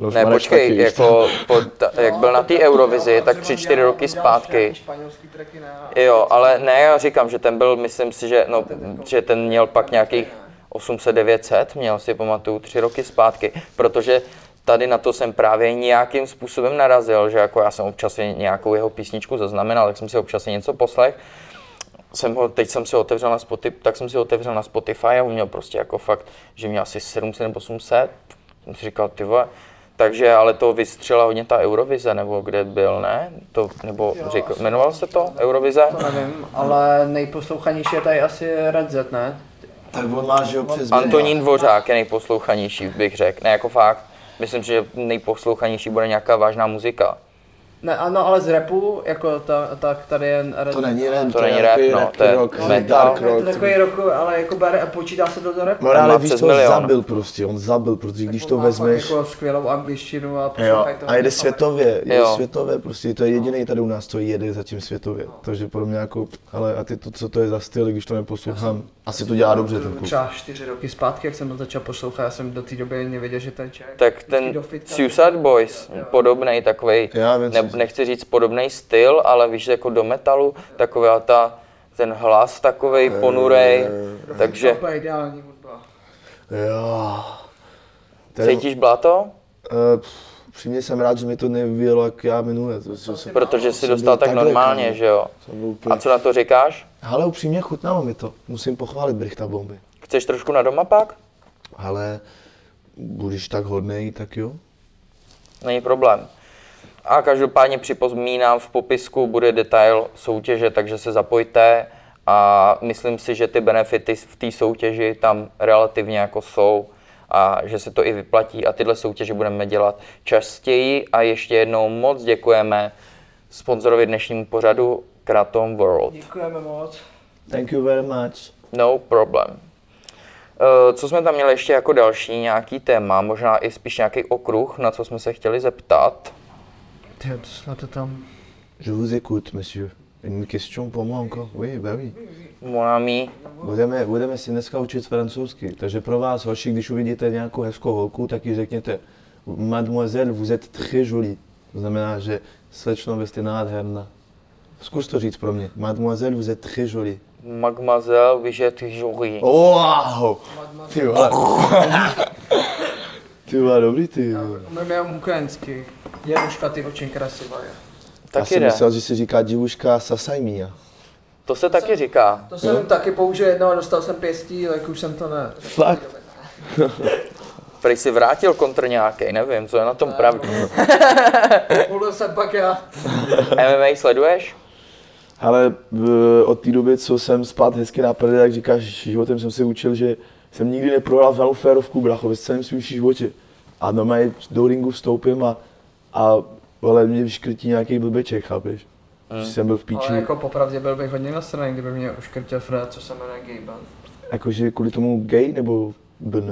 S3: No,
S1: Ne,
S3: Marek
S1: počkej,
S3: taky, víš co?
S1: jako, po, ta, jak byl na té Eurovizi, tak tři, čtyři roky zpátky. Jo, ale ne, já říkám, že ten byl, myslím si, že, no, že ten měl pak nějakých 800-900, měl si pamatuju tři roky zpátky, protože tady na to jsem právě nějakým způsobem narazil, že jako já jsem občas i nějakou jeho písničku zaznamenal, tak jsem si občas i něco poslech. Jsem ho, teď jsem si otevřel na Spotify, tak jsem si otevřel na Spotify a on měl prostě jako fakt, že měl asi 700 nebo 800. Jsem si říkal, ty vole, takže ale to vystřela hodně ta Eurovize, nebo kde byl, ne? To, nebo říkal, jmenoval se to Eurovize?
S5: To nevím, ale nejposlouchanější je tady asi Red Z, ne?
S3: Tak on má, že jo, přes
S1: Antonín Dvořák je nejposlouchanější, bych řekl. Ne, jako fakt. Myslím si, že nejposlouchanější bude nějaká vážná muzika.
S5: Ne, ano, ale z rapu, jako ta, tak tady je Red
S3: To
S5: Z.
S3: není rap,
S1: To není rap, no, to je
S5: Ale
S1: metal.
S3: dark
S5: Je
S3: rock.
S5: to takový roku, ale jako bere a počítá se to do rapu.
S3: No,
S1: má
S3: ale víš,
S1: přes
S3: co
S1: milion.
S3: zabil prostě, on zabil, protože když to
S5: On má fakt
S3: vezmeš,
S5: Jako skvělou angličtinu a
S3: jo,
S5: poslouchají to.
S3: a jede světově, jede
S1: Jo.
S3: světově prostě, to je jediný tady u nás, co jede zatím světově, takže pro mě jako, ale a ty to, co to je za styl, když to neposlouchám, asi to dělá dobře ten kluk.
S5: Třeba čtyři roky zpátky, jak jsem to začal poslouchat, já jsem do té doby nevěděl, že ten člověk.
S1: Tak ten Suicide Boys, podobný takový,
S3: Já vím, co-
S1: nechci říct podobný styl, ale víš, jako do metalu, taková ta ten hlas takovej
S3: Eh,
S1: ponurej, takže
S5: To je ideální hudba.
S3: Jo. To je-
S1: cítíš bláto?
S3: Eh, pff, Přímě jsem rád, že mi to nevyjelo, jak já minule. To, to, jsem,
S1: Protože si
S3: jsem
S1: dostal
S3: byl
S1: tak
S3: takhle,
S1: normálně,
S3: kámo.
S1: že jo?
S3: jsem byl úplně...
S1: A co na to říkáš?
S3: Ale upřímně chutnalo mi to. Musím pochválit Brichta bomby.
S1: Chceš trošku na doma pak?
S3: Ale budeš tak hodnej, tak jo.
S1: Není problém. A každopádně připomínám, v popisku bude detail soutěže, takže se zapojte a myslím si, že ty benefity v té soutěži tam relativně jako jsou a že se to i vyplatí a tyhle soutěže budeme dělat častěji a ještě jednou moc děkujeme sponzorovi dnešnímu pořadu Kratom World.
S5: Děkujeme moc.
S3: Thank you very much.
S1: No problem. Eh, Co jsme tam měli ještě jako další nějaký téma, možná i spíš nějaký okruh, na co jsme se chtěli zeptat.
S5: Ty, to snad to tam.
S3: Je vous écoute, monsieur. Une question pour moi encore. Oui, bah oui.
S1: Monami,
S3: Budeme, budeme si dneska učit francouzsky, takže pro vás, hoši, když uvidíte nějakou hezkou holku, tak ji řekněte Mademoiselle, vous êtes très jolie. To znamená, že slečno, vy jste nádherná. Zkus to říct pro mě. Mademoiselle, vous êtes très jolie.
S1: Mademoiselle Viget Jury.
S3: Wow! Ty vole. Ty vole, dobrý ty. vole.
S5: Umím jenom ukrajinský. Jeruška ty očin krasivá je.
S3: Já
S1: Taky
S3: jsem
S1: ne.
S3: myslel, že se říká divuška Sasajmia.
S1: To se taky říká.
S5: To jsem taky použil jednou a dostal jsem pěstí, ale jak už jsem to ne.
S3: Fakt?
S1: Prej si vrátil kontr nějaký, nevím, co je na tom pravdě.
S5: Ulil jsem pak já.
S1: MMA sleduješ?
S3: Ale v, od té doby, co jsem spát hezky na prdě, tak říkáš, životem jsem si učil, že jsem nikdy neprohrál velférovku, bracho, ve celém svém životě. A normálně do ringu vstoupím a, a ale mě vyškrtí nějaký blbeček, chápeš? Mm. Jsem byl v píči,
S5: Ale jako popravdě byl bych hodně nasraný, kdyby mě uškrtil Fred, co se jmenuje Gaben.
S3: jakože kvůli tomu gay nebo bn?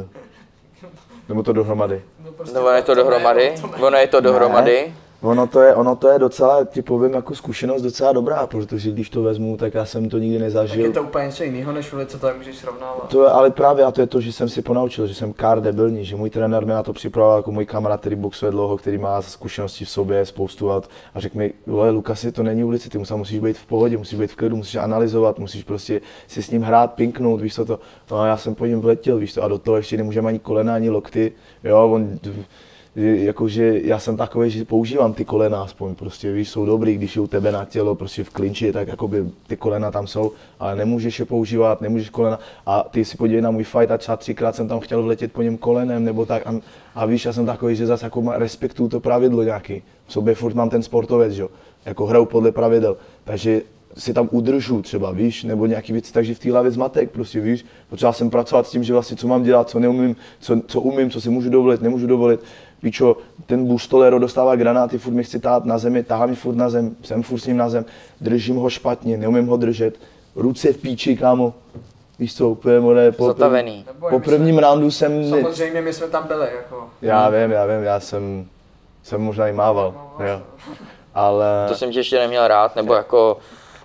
S3: Nebo to dohromady?
S5: No, prostě
S1: Nebo je to dohromady? Ono je to dohromady.
S3: Ono to je, ono to je docela, ti povím, jako zkušenost docela dobrá, protože když to vezmu, tak já jsem to nikdy
S5: Tak
S3: nezažil.
S5: je to úplně něco jiného než ulice, to je můžeš srovnávat.
S3: To je, ale právě a to je to, že jsem si ponaučil, že jsem kár debilní, že můj trenér mě na to připravoval jako můj kamarád, který boxuje dlouho, který má zkušenosti v sobě, spoustu let a řekl mi, vole, Lukasi, to není ulici, ty musel, musíš být v pohodě, musíš být v klidu, musíš analyzovat, musíš prostě si s ním hrát, pinknout, víš co to. No a já jsem po něm vletěl, víš to, a do toho ještě nemůžeme ani kolena, ani lokty, jo, on, jakože já jsem takový, že používám ty kolena aspoň, prostě víš, jsou dobrý, když je u tebe na tělo, prostě v klinči, tak jakoby ty kolena tam jsou, ale nemůžeš je používat, nemůžeš kolena a ty si podívej na můj fight a třeba třikrát jsem tam chtěl vletět po něm kolenem nebo tak a, a víš, já jsem takový, že zase jako má- respektuju to pravidlo nějaký, v sobě furt mám ten sportovec, že jo, jako hraju podle pravidel, takže si tam udržu třeba, víš, nebo nějaký věci, takže v té hlavě zmatek, prostě, víš, potřeba jsem pracovat s tím, že vlastně co mám dělat, co neumím, co, co umím, co si můžu dovolit, nemůžu dovolit, Píčo, ten Bustolero dostává granáty, furt mi chce tát na zemi, tahá mi furt na zem, jsem furt s ním na zem, držím ho špatně, neumím ho držet, ruce v píči, kámo, víš co, úplně more, po,
S1: Zatavený.
S3: po prvním roundu jsem, ne,
S5: Samozřejmě my jsme tam byli, jako.
S3: já vím, já vím, já jsem, jsem možná i mával, jo. ale
S1: To jsem tě ještě neměl rád, nebo jako,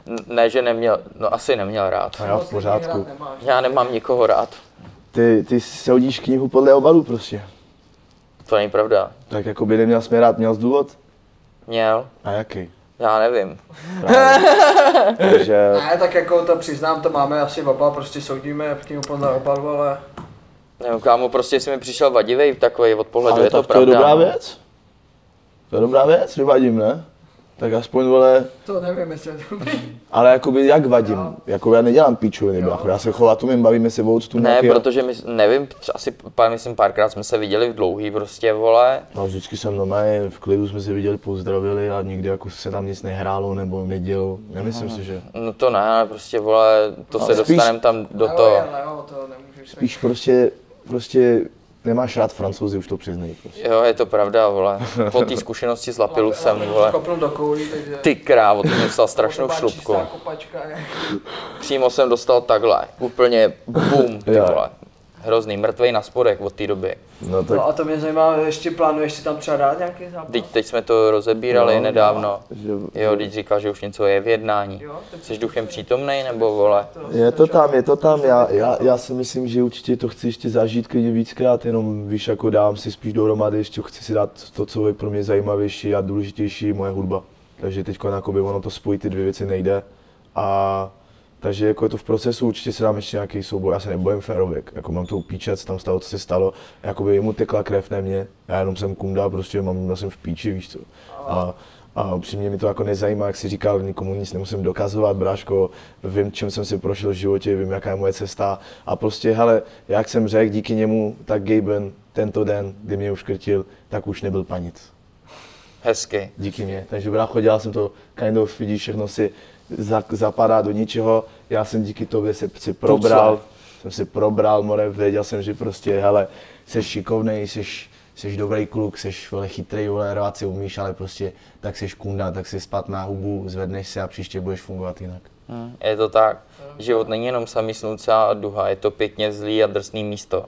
S1: n- ne, že neměl, no asi neměl rád.
S3: já v pořádku.
S1: Já nemám nikoho rád.
S3: Ty, ty soudíš knihu podle obalu prostě,
S1: To není pravda.
S3: tak jako by neměl směr rád, měl jsi důvod?
S1: Měl?
S3: A jaký?
S1: Já nevím.
S3: Takže
S5: Ne, tak jako to přiznám, to máme asi oba, prostě soudíme v knihu podle obalu, ale
S1: Nevím, kámo, prostě jsi mi přišel vadivej takový od pohledu,
S3: Ale
S1: je to
S3: tak to je
S1: pravda.
S3: dobrá
S1: no.
S3: věc. To je dobrá věc, nevadím, ne? Tak aspoň, vole,
S5: to nevím, jestli je to dobrý.
S3: ale jakoby jak vadím? Jako já nedělám píčoviny, brácho, já se chovat umím, bavíme se o tu
S1: Ne, protože my, nevím, tři- asi pár, myslím párkrát jsme se viděli v dlouhý prostě, vole.
S3: No, vždycky jsem normálně v klidu jsme se viděli, pozdravili a nikdy jako se tam nic nehrálo nebo nedělo. Nemyslím si, že...
S1: No to ne, ale prostě vole, to se
S3: No, spíš-
S1: dostaneme tam do
S5: Ale
S1: toho.
S5: Ale jo, to nemůžeš říct.
S3: Spíš prostě, prostě nemáš rád francouzi, už to přiznej. Prostě.
S1: Jo, je to pravda, vole. Po té zkušenosti s Lapilusem, vole.
S5: Kopnul do koulí, takže...
S1: Ty krávo, to jsem dostal strašnou
S5: to byla
S1: šlubku.
S5: čistá kopačka, je.
S1: Přímo jsem dostal takhle, úplně bum, ty
S3: Jo.
S1: vole. Hrozný, mrtvej na spodek od té doby.
S3: No tak...
S5: No a to mě zajímá, ještě plánuješ si tam třeba dát nějaký zápas?
S1: Teď, teď jsme to rozebírali
S3: No,
S1: nedávno.
S3: Že,
S1: Jo, teď říká, že už něco je v jednání.
S5: Jo, tak
S1: Jsi duchem přítomnej nebo vole?
S3: Je to tam, je to tam. Já, já, já si myslím, že určitě to chci ještě zažít klidně víckrát, jenom víš, jako dám si spíš dohromady, ještě chci si dát to, co je pro mě zajímavější a důležitější, moje hudba. Takže teď ono to spojit ty dvě věci nejde. A Takže jako je to v procesu, určitě se dám ještě nějaký souboj, já se nebojím férovek, jako mám tu píče, co tam stalo, co se stalo, jakoby mu tekla krev, ne mě, já jenom jsem kunda, prostě mám, měl jsem v píči, víš co. A, a upřímně mi to jako nezajímá, jak si říkal, nikomu nic nemusím dokazovat, bráško, vím, čím jsem si prošel v životě, vím, jaká je moje cesta a prostě, hele, jak jsem řekl, díky němu, tak Gaben tento den, kdy mě uškrtil, tak už nebyl panic
S1: Hezky.
S3: díky mě. Takže brácho, dělal jsem to kind of, vidíš, všechno si za, zapadá do ničeho. Já jsem díky tobě se si probral, jsem si probral, more, věděl jsem, že prostě, hele, jsi šikovnej, jsi, jsi dobrý kluk, jsi vole, chytrý, vole, rvát si umíš, ale prostě tak jsi kunda, tak si spat na hubu, zvedneš se a příště budeš fungovat jinak.
S1: Hm, Je to tak. Život není jenom samý slunce a duha, je to pěkně zlý a drsný místo.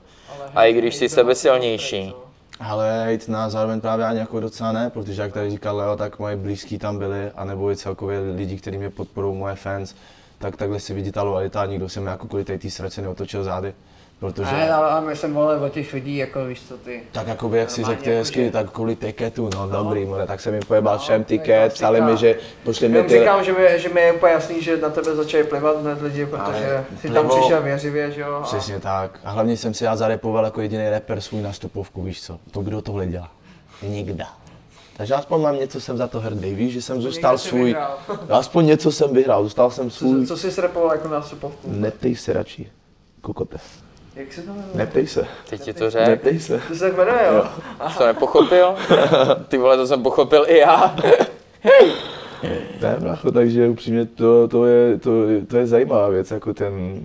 S1: A i když jsi sebesilnější,
S3: Ale jít na zároveň právě ani jako docela ne, protože jak tady říkal Leo, tak moje blízký tam byli, anebo i celkově lidi, kteří mě podporují, moje fans, tak takhle si vidí ta lojalita, nikdo se mi jako kvůli té sračce neotočil zády, protože...
S4: Ne, ale, ale myslím, vole, o těch lidí, jako víš co ty.
S3: Tak jakoby, jak si
S4: Normálně
S3: řekl, ty
S4: jako,
S3: hezky,
S4: že-
S3: tak kvůli tiketu, no, dobrý, more, tak jsem jim pojebal všem
S4: jak
S3: tiket,
S4: to
S3: psali
S4: říká.
S3: mi, že pošli mi
S5: Jenom
S3: ty...
S5: říkám, že mi, že mi je úplně jasný, že na tebe začali plivat hned lidi, protože jsi tam
S3: plivo-
S5: přišel věřivě, že jo? A
S3: Přesně tak. A hlavně jsem si já zarepoval jako jediný rapper svůj nastupovku, víš co? To kdo tohle dělá? Nikda. Takže aspoň mám něco, jsem za to hrdý, víš, že jsem zůstal
S5: jsi
S3: svůj.
S5: vyhrál.
S3: Aspoň něco jsem vyhrál, zůstal jsem svůj.
S5: co, co jsi srepoval jako na supovku?
S3: Neptej se radši, kokote.
S5: Jak se to jmenuje?
S3: Neptej se,
S1: teď ti to
S5: Eh?
S1: řekl,
S3: neptej se.
S5: To se tak jmenuje, jo?
S1: to nepochopil? Ty vole, to jsem pochopil i já.
S3: Ne, bracho, takže upřímně to, to, je, to, je- to je zajímavá věc, jako ten,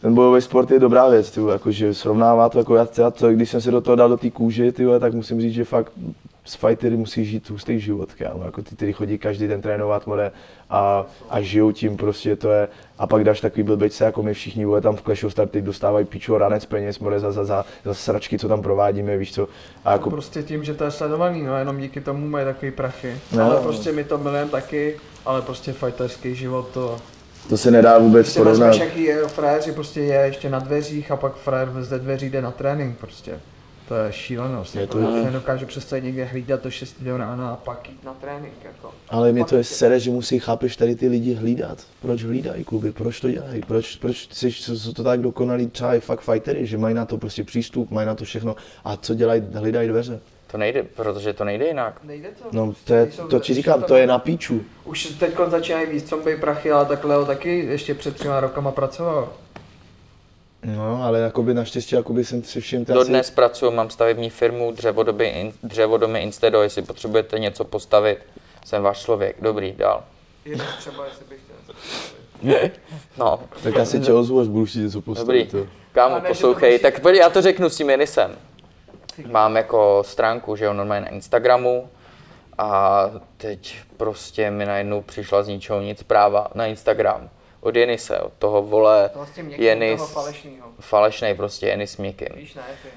S3: ten bojový sport je dobrá věc, ty, vole, jakože srovnává to, jako já, já to, když jsem se do toho dal do té kůže, ty, vole, tak musím říct, že fakt s fightery musí žít hustý život, kámo, jako ty, který chodí každý den trénovat, more, a, a žijou tím prostě, to je, a pak dáš takový blbečce, jako my všichni, vole, tam v Clash of Stars teď dostávají pičo ranec peněz, more, za, za, za, za sračky, co tam provádíme, víš co, a jako,
S5: Prostě tím, že to je sledovaný, no jenom díky tomu mají takový prachy.
S3: No.
S5: Ale prostě my to milujeme taky, ale prostě fighterský život to...
S3: to se nedá vůbec
S5: Prostě vezmeš,
S3: porovnat.
S5: jaký je frajeři, prostě je ještě na dveřích a pak frajer ze dveří jde na trénink prostě. To je šílenost.
S3: Je
S5: Je
S3: to-
S5: to... Já se nedokážu přestat někde hlídat do 6 do rána a pak jít na trénink jako.
S3: Ale mě to je sere, že musí, chápeš, tady ty lidi hlídat. Proč hlídají kluby, proč to dělají, proč, proč jsi, jsou to tak dokonalí třeba i fakt fightery, že mají na to prostě přístup, mají na to všechno a co dělají, hlídají dveře.
S1: To nejde, protože to nejde jinak.
S5: Nejde to.
S3: No to, je, to ti říkám, to je na píču.
S5: Už teď začínají víc zombie prachy, ale tak Leo taky ještě před třema rokama pracoval.
S3: No, ale jakoby naštěstí, jakoby jsem si všiml, to asi-
S1: Dodnes pracuji, mám stavební firmu dřevodoby, in, dřevodomy Instedo, jestli potřebujete něco postavit, jsem váš člověk. Dobrý, dál.
S5: Jeden třeba, jestli bych chtěl.
S1: No,
S3: tak asi tě ozvu, až budu chtít něco postavit.
S1: Dobrý.
S3: Dobrý.
S1: Kámo,
S5: Ale ne, že to
S1: poslouchej,
S5: musí-
S1: tak pojď, já to řeknu s tím Jenisem. Mám jako stránku, že jo, normálně na Instagramu a teď prostě mi najednou přišla z ničeho nic práva na Instagram. Od Jenise, od toho vole
S5: To s tím někým toho
S1: Jenis,
S5: falešného.
S1: falešnej prostě, Jenis Mikin.
S5: Víš, ne, ty.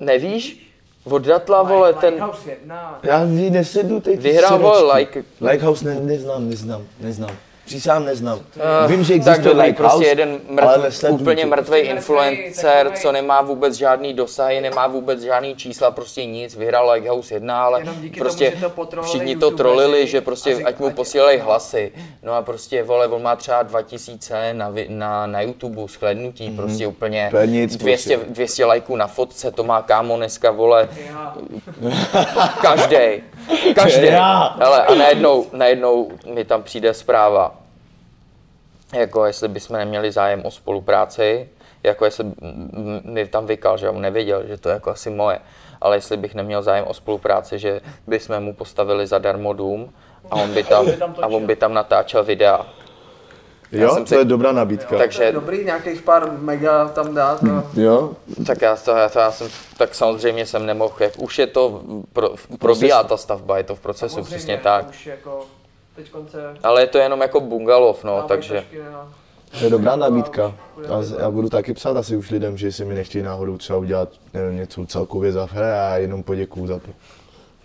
S1: Nevíš? Od Datla, vole, ten
S5: Lighthouse jedna.
S3: Já ji nesedu teď.
S1: vyhrál, vole, like,
S3: Likehouse ne, neznám, neznám, neznám. Přísám neznám.
S1: Eh,
S3: Vím, že
S1: tak
S3: existuje
S1: dobrý,
S3: Lighthouse,
S1: prostě jeden
S3: ale
S1: mrtv,
S3: nesleduju
S1: úplně
S3: to.
S1: mrtvý
S4: Prostě
S1: influencer,
S4: mrtvej,
S1: co nemá vůbec žádný dosahy, nemá vůbec žádný čísla, prostě nic, vyhrál Lighthouse 1, ale
S5: Jenom díky
S1: prostě
S5: tomu, že to potrolili
S1: všichni to
S5: youtubeři
S1: trolili, že
S5: a
S1: prostě
S5: řek-
S1: ať mu
S5: ať-
S1: posílají hlasy. No a prostě, vole, on má třeba 2000 na, vi- na, na YouTube shlednutí, prostě úplně
S3: Mhm. To je nic,
S1: 200,
S3: prostě.
S1: 200 lajků na fotce, to má kámo dneska, vole,
S5: Já.
S1: Každý. Každý.
S3: Já.
S1: Hele, a najednou, najednou mi tam přijde zpráva, jako jestli bychom neměli zájem o spolupráci, jako jestli m- m- mi tam vykal, že on nevěděl, že to je jako asi moje, ale jestli bych neměl zájem o spolupráci, že bychom mu postavili zadarmo dům a on by tam, a on by tam natáčel videa.
S3: Jo,
S1: jsem
S3: to
S1: si-
S3: je dobrá nabídka.
S5: To je
S1: Takže
S5: dobrý, nějakých pár mega tam dát. No.
S3: Jo,
S1: tak já, to, já, to, já jsem, tak samozřejmě jsem nemohl, jak už je to, pro, probíhá ta stavba, je to v procesu,
S5: Samozřejmě,
S1: přesně tak.
S5: Už jako, teď konce...
S1: Ale je to jenom jako bungalov, no, takže...
S3: To je dobrá nabídka. A z- já budu taky psát asi už lidem, že jestli mi nechtějí náhodou třeba udělat nevím, něco celkově za hra a jenom poděkuju za to.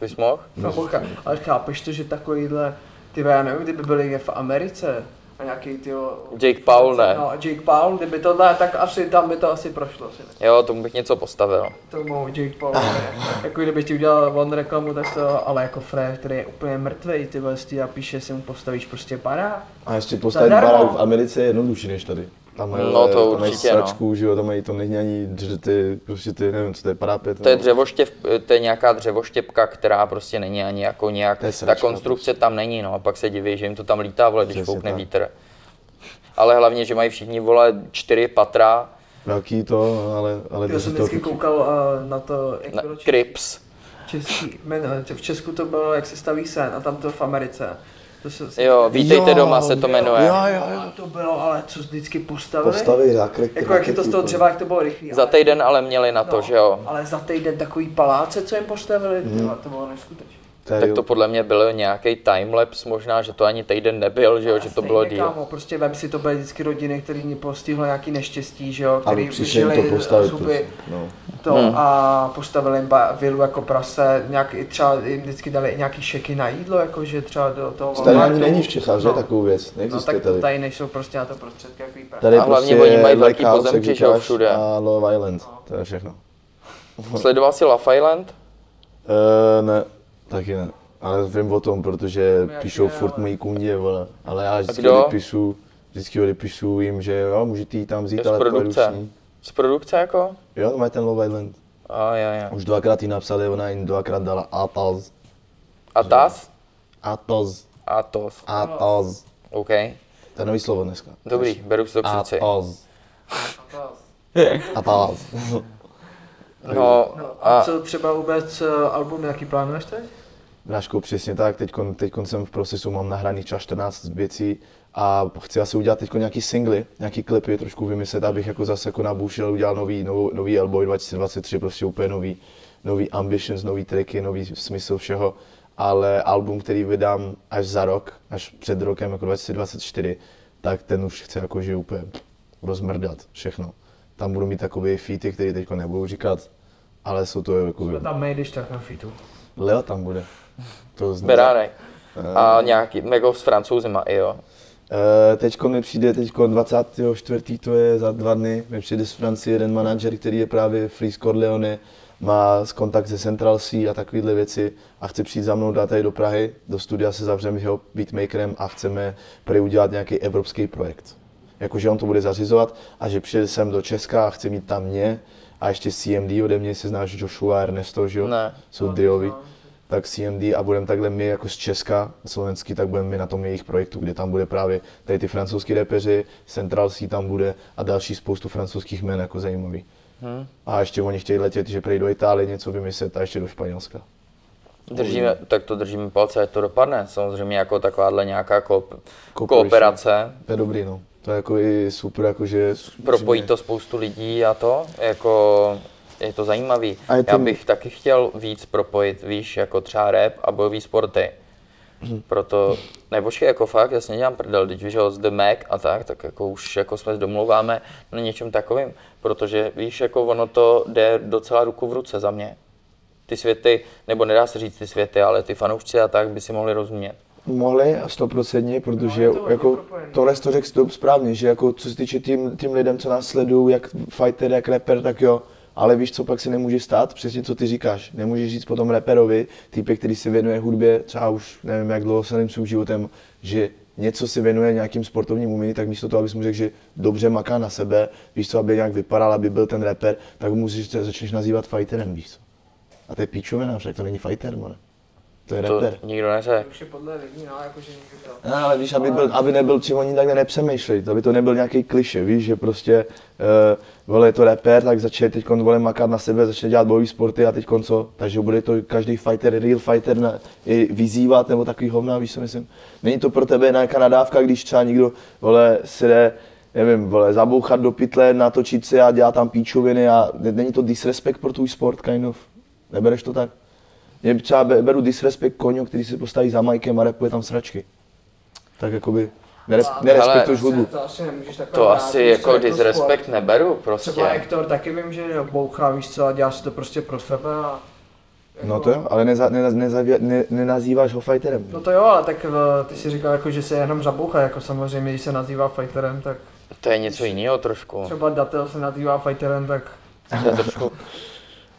S1: Bys mohl?
S5: No, holka, ale chápeš to, že takovýhle, ty vole, já nevím, kdyby byli v Americe, a nějaký ty.
S1: Jake Paul ne.
S5: No, Jake Paul, kdyby tohle, tak asi tam by to asi prošlo. Si myslím.
S1: Jo, tomu bych něco postavil.
S5: To mohu Jake Paul. ne. jako kdyby ti udělal on reklamu, tak to, ale jako Fred, který je úplně mrtvý, ty vole, ty a píše, si mu postavíš prostě barák.
S3: A ještě postavit
S5: Zadarmo.
S3: barák v Americe je jednodušší než tady. Tam, mají,
S1: No, to
S3: tam mají
S1: určitě,
S3: sračku, že jo, tam mají, to není ani dř- ty, prostě ty, nevím, co to je, parapet.
S1: To je,
S3: no.
S1: dřevoštěp, to je nějaká dřevoštěpka, která prostě není ani jako nějak,
S3: To je
S1: ta
S3: sračka
S1: konstrukce tam není, no a pak se diví, že jim to tam lítá, vole, když
S3: Přesně
S1: koukne
S3: tak.
S1: vítr. Ale hlavně, že mají všichni, vole, čtyři patra,
S3: Velký to, no, ale, ale
S5: Já jsem
S3: to
S5: vždycky koukal uh, na to, jak
S1: na,
S5: bylo český-
S1: krips.
S5: český, jmen- v Česku to bylo, jak se staví sen, a tam to v Americe. To se,
S1: Jo, vítejte
S3: Jo,
S1: doma se to jmenuje.
S3: Jo, jo, jo.
S5: A to bylo, ale co vždycky postavili?
S3: Postavy, rakrek.
S5: Jako jak je to z toho dřeva, jak to bylo rychlý.
S1: Za
S5: ale-
S1: týden ale měli na to,
S5: no,
S1: že jo.
S5: Ale za týden takový paláce, co jim postavili,
S3: Mhm.
S5: mm. to bylo neskutečné.
S1: Tak to podle mě byl nějaký timelapse možná, že to ani týden nebyl, že jo, že to
S5: Stejně,
S1: bylo díl.
S5: Kámo, prostě vem si to byly vždycky rodiny, který mě postihlo nějaký neštěstí, že jo,
S3: ale
S5: který
S3: přišli jim to
S5: žili
S3: postavit.
S5: zuby,
S3: prostě, No.
S5: to
S1: Hmm.
S5: a postavili jim ba- vilu jako prase, nějak i třeba jim vždycky dali i nějaký šeky na jídlo, jakože třeba do toho
S3: Tady
S5: Walmartu.
S3: ani není v Čechách, že? Takovou věc.
S5: No
S3: Neexistuje
S5: tak
S3: tady.
S5: tady nejsou prostě na to prostředky, jak výprava.
S3: Tady prostě
S1: A hlavně oni mají velký
S3: House, jak
S1: pozemky, že jo,
S3: říkáš,
S1: všude.
S3: A Love Island, to je všechno.
S1: Sledoval si Love Island?
S3: Eh, ne, taky ne. Ale vím o tom, protože
S5: Jaký
S3: píšou
S5: ne,
S3: furt
S5: ale-
S3: moji kundě, vole. Ale já vždycky
S1: kdo?
S3: odepíšu, vždycky odepíšu jim, že jo, můžete jít tam
S1: Je
S3: vzít,
S1: z
S3: ale pojedu s
S1: produkce.
S3: ní.
S1: Z produkce jako?
S3: Jo, to mají ten Love Island.
S1: A, jo, jo.
S3: Už dvakrát jí napsali, ona jim dvakrát dala Atos.
S1: A tas?
S3: Atos.
S1: A tos.
S3: Atos.
S1: OK.
S3: To je nový slovo dneska.
S1: Dobrý, beru si to k srdci.
S3: Atos. Atos.
S1: No,
S5: A
S1: a
S5: co třeba vůbec eh, album, jaký plánuješ teď?
S3: Dražko, přesně tak, teďkon, teďkon jsem v procesu, mám nahraných třeba 14 věcí a chci asi udělat teď nějaký singly, nějaký klipy, trošku vymyslet, abych jako zase jako nabušil, udělal nový, novou, nový Elboy 2023, prostě úplně nový, nový ambitions, nový triky, nový smysl všeho, ale album, který vydám až za rok, až před rokem, jako 2024, tak ten už chci jakože úplně rozmrdat všechno. Tam budu mít takové featy, které teď nebudu říkat, ale jsou to jako...
S5: Jsme tam my, když tak na fitu.
S3: Leo tam bude. To zná.
S1: Beránek. A nějaký, jako s francouzima i jo.
S3: Eh, Teďko mi přijde, teďko 24. to je za dva dny, mi přijde z Francie jeden manažer, který je právě Freeze Corleone, má s- kontakt se Central C a takovéhle věci a chce přijít za mnou dát tady do Prahy, do studia se zavřeme jeho beatmakerem a chceme prý udělat nějaký evropský projekt. Jakože on to bude zařizovat a že přijde sem do Česka a chce mít tam mě a ještě CMD ode mě, si znáš Joshua a Ernesto, že jo?
S1: Ne.
S3: Jsou diovi tak CMD a budeme takhle my jako z Česka, slovenský, tak budeme my na tom jejich projektu, kde tam bude právě tady ty francouzský repeři, Central C tam bude a další spoustu francouzských jmen jako zajímavý. Hmm. A ještě oni chtějí letět, že přejdou do Itálie něco vymyslet a ještě do Španělska.
S1: Držíme, tak to držíme palce, ať to dopadne. Samozřejmě jako takováhle nějaká koop,
S3: Cooperation.
S1: kooperace.
S3: To je dobrý, no. To je jako i super, jakože...
S1: Propojí to spoustu lidí a to, jako je to zajímavý.
S3: A je
S1: Já
S3: to-
S1: bych taky chtěl víc propojit, víš, jako třeba rap a bojový sporty. Proto, nebo jako fakt, já si nedělám prdel, když víš, jo, z The Mac a tak, tak jako už jako jsme domluváme na něčem takovým, protože víš, jako ono to jde docela ruku v ruce za mě. Ty světy, nebo nedá se říct ty světy, ale ty fanoušci a tak by si mohli rozumět.
S3: Mohli a stoprocentně, protože no, to jako tohle jsi to řekl dob- správně, že jako co se týče tím, tím lidem, co nás sledují, jak fighter, jak rapper, tak jo. Ale víš, co pak se nemůže stát? Přesně co ty říkáš. Nemůžeš říct potom rapperovi, týpek, který se věnuje hudbě, třeba už nevím, jak dlouho se nevím svým životem, že něco si věnuje nějakým sportovním umění, tak místo toho, abys mu řekl, že dobře maká na sebe, víš co, aby nějak vypadal, aby byl ten rapper, tak mu říct, že začneš nazývat fighterem, víš co. A to je píčovina, však to není fighter, mone. To je
S1: To
S3: rapper.
S1: nikdo neřekl.
S5: Už je podle lidí, no, jakože někdo to.
S3: Ne, ale víš, aby, byl, aby nebyl, či oni takhle nepřemýšlej, aby to nebyl nějaký kliše, víš, že prostě, uh, vole, je to reper, tak začne teď vole makat na sebe, začne dělat bojové sporty a teď co, takže bude to každý fighter, real fighter na, i vyzývat nebo takový hovna, víš, co myslím. Není to pro tebe nějaká nadávka, když třeba někdo, vole, si jde, nevím, vole, zabouchat do pytle, natočit se a dělá tam píčoviny a ne- není to disrespekt pro tvůj sport, kind of. Nebereš to tak? Je třeba be- beru disrespekt koňu, který se postaví za Mikem a repuje tam sračky. Tak jakoby neres, nerespektuješ hudbu.
S5: To asi nemůžeš takhle
S1: To
S5: brát,
S1: asi
S5: víš co,
S1: jako disrespekt
S5: sport.
S1: neberu
S5: Třeba
S1: prostě.
S5: Hector taky vím, že bouchá, víš co, a dělá si to prostě pro sebe a
S3: No to jo, ale neza, neza, nezavě, ne, nenazýváš ho fighterem.
S5: No to jo, ale tak eh, ty si říkal, jako, že se jenom zaboucha, jako samozřejmě, když se nazývá fighterem, tak
S1: To je něco jiného trošku.
S5: třeba Datel se nazývá fighterem, tak
S1: To je trošku.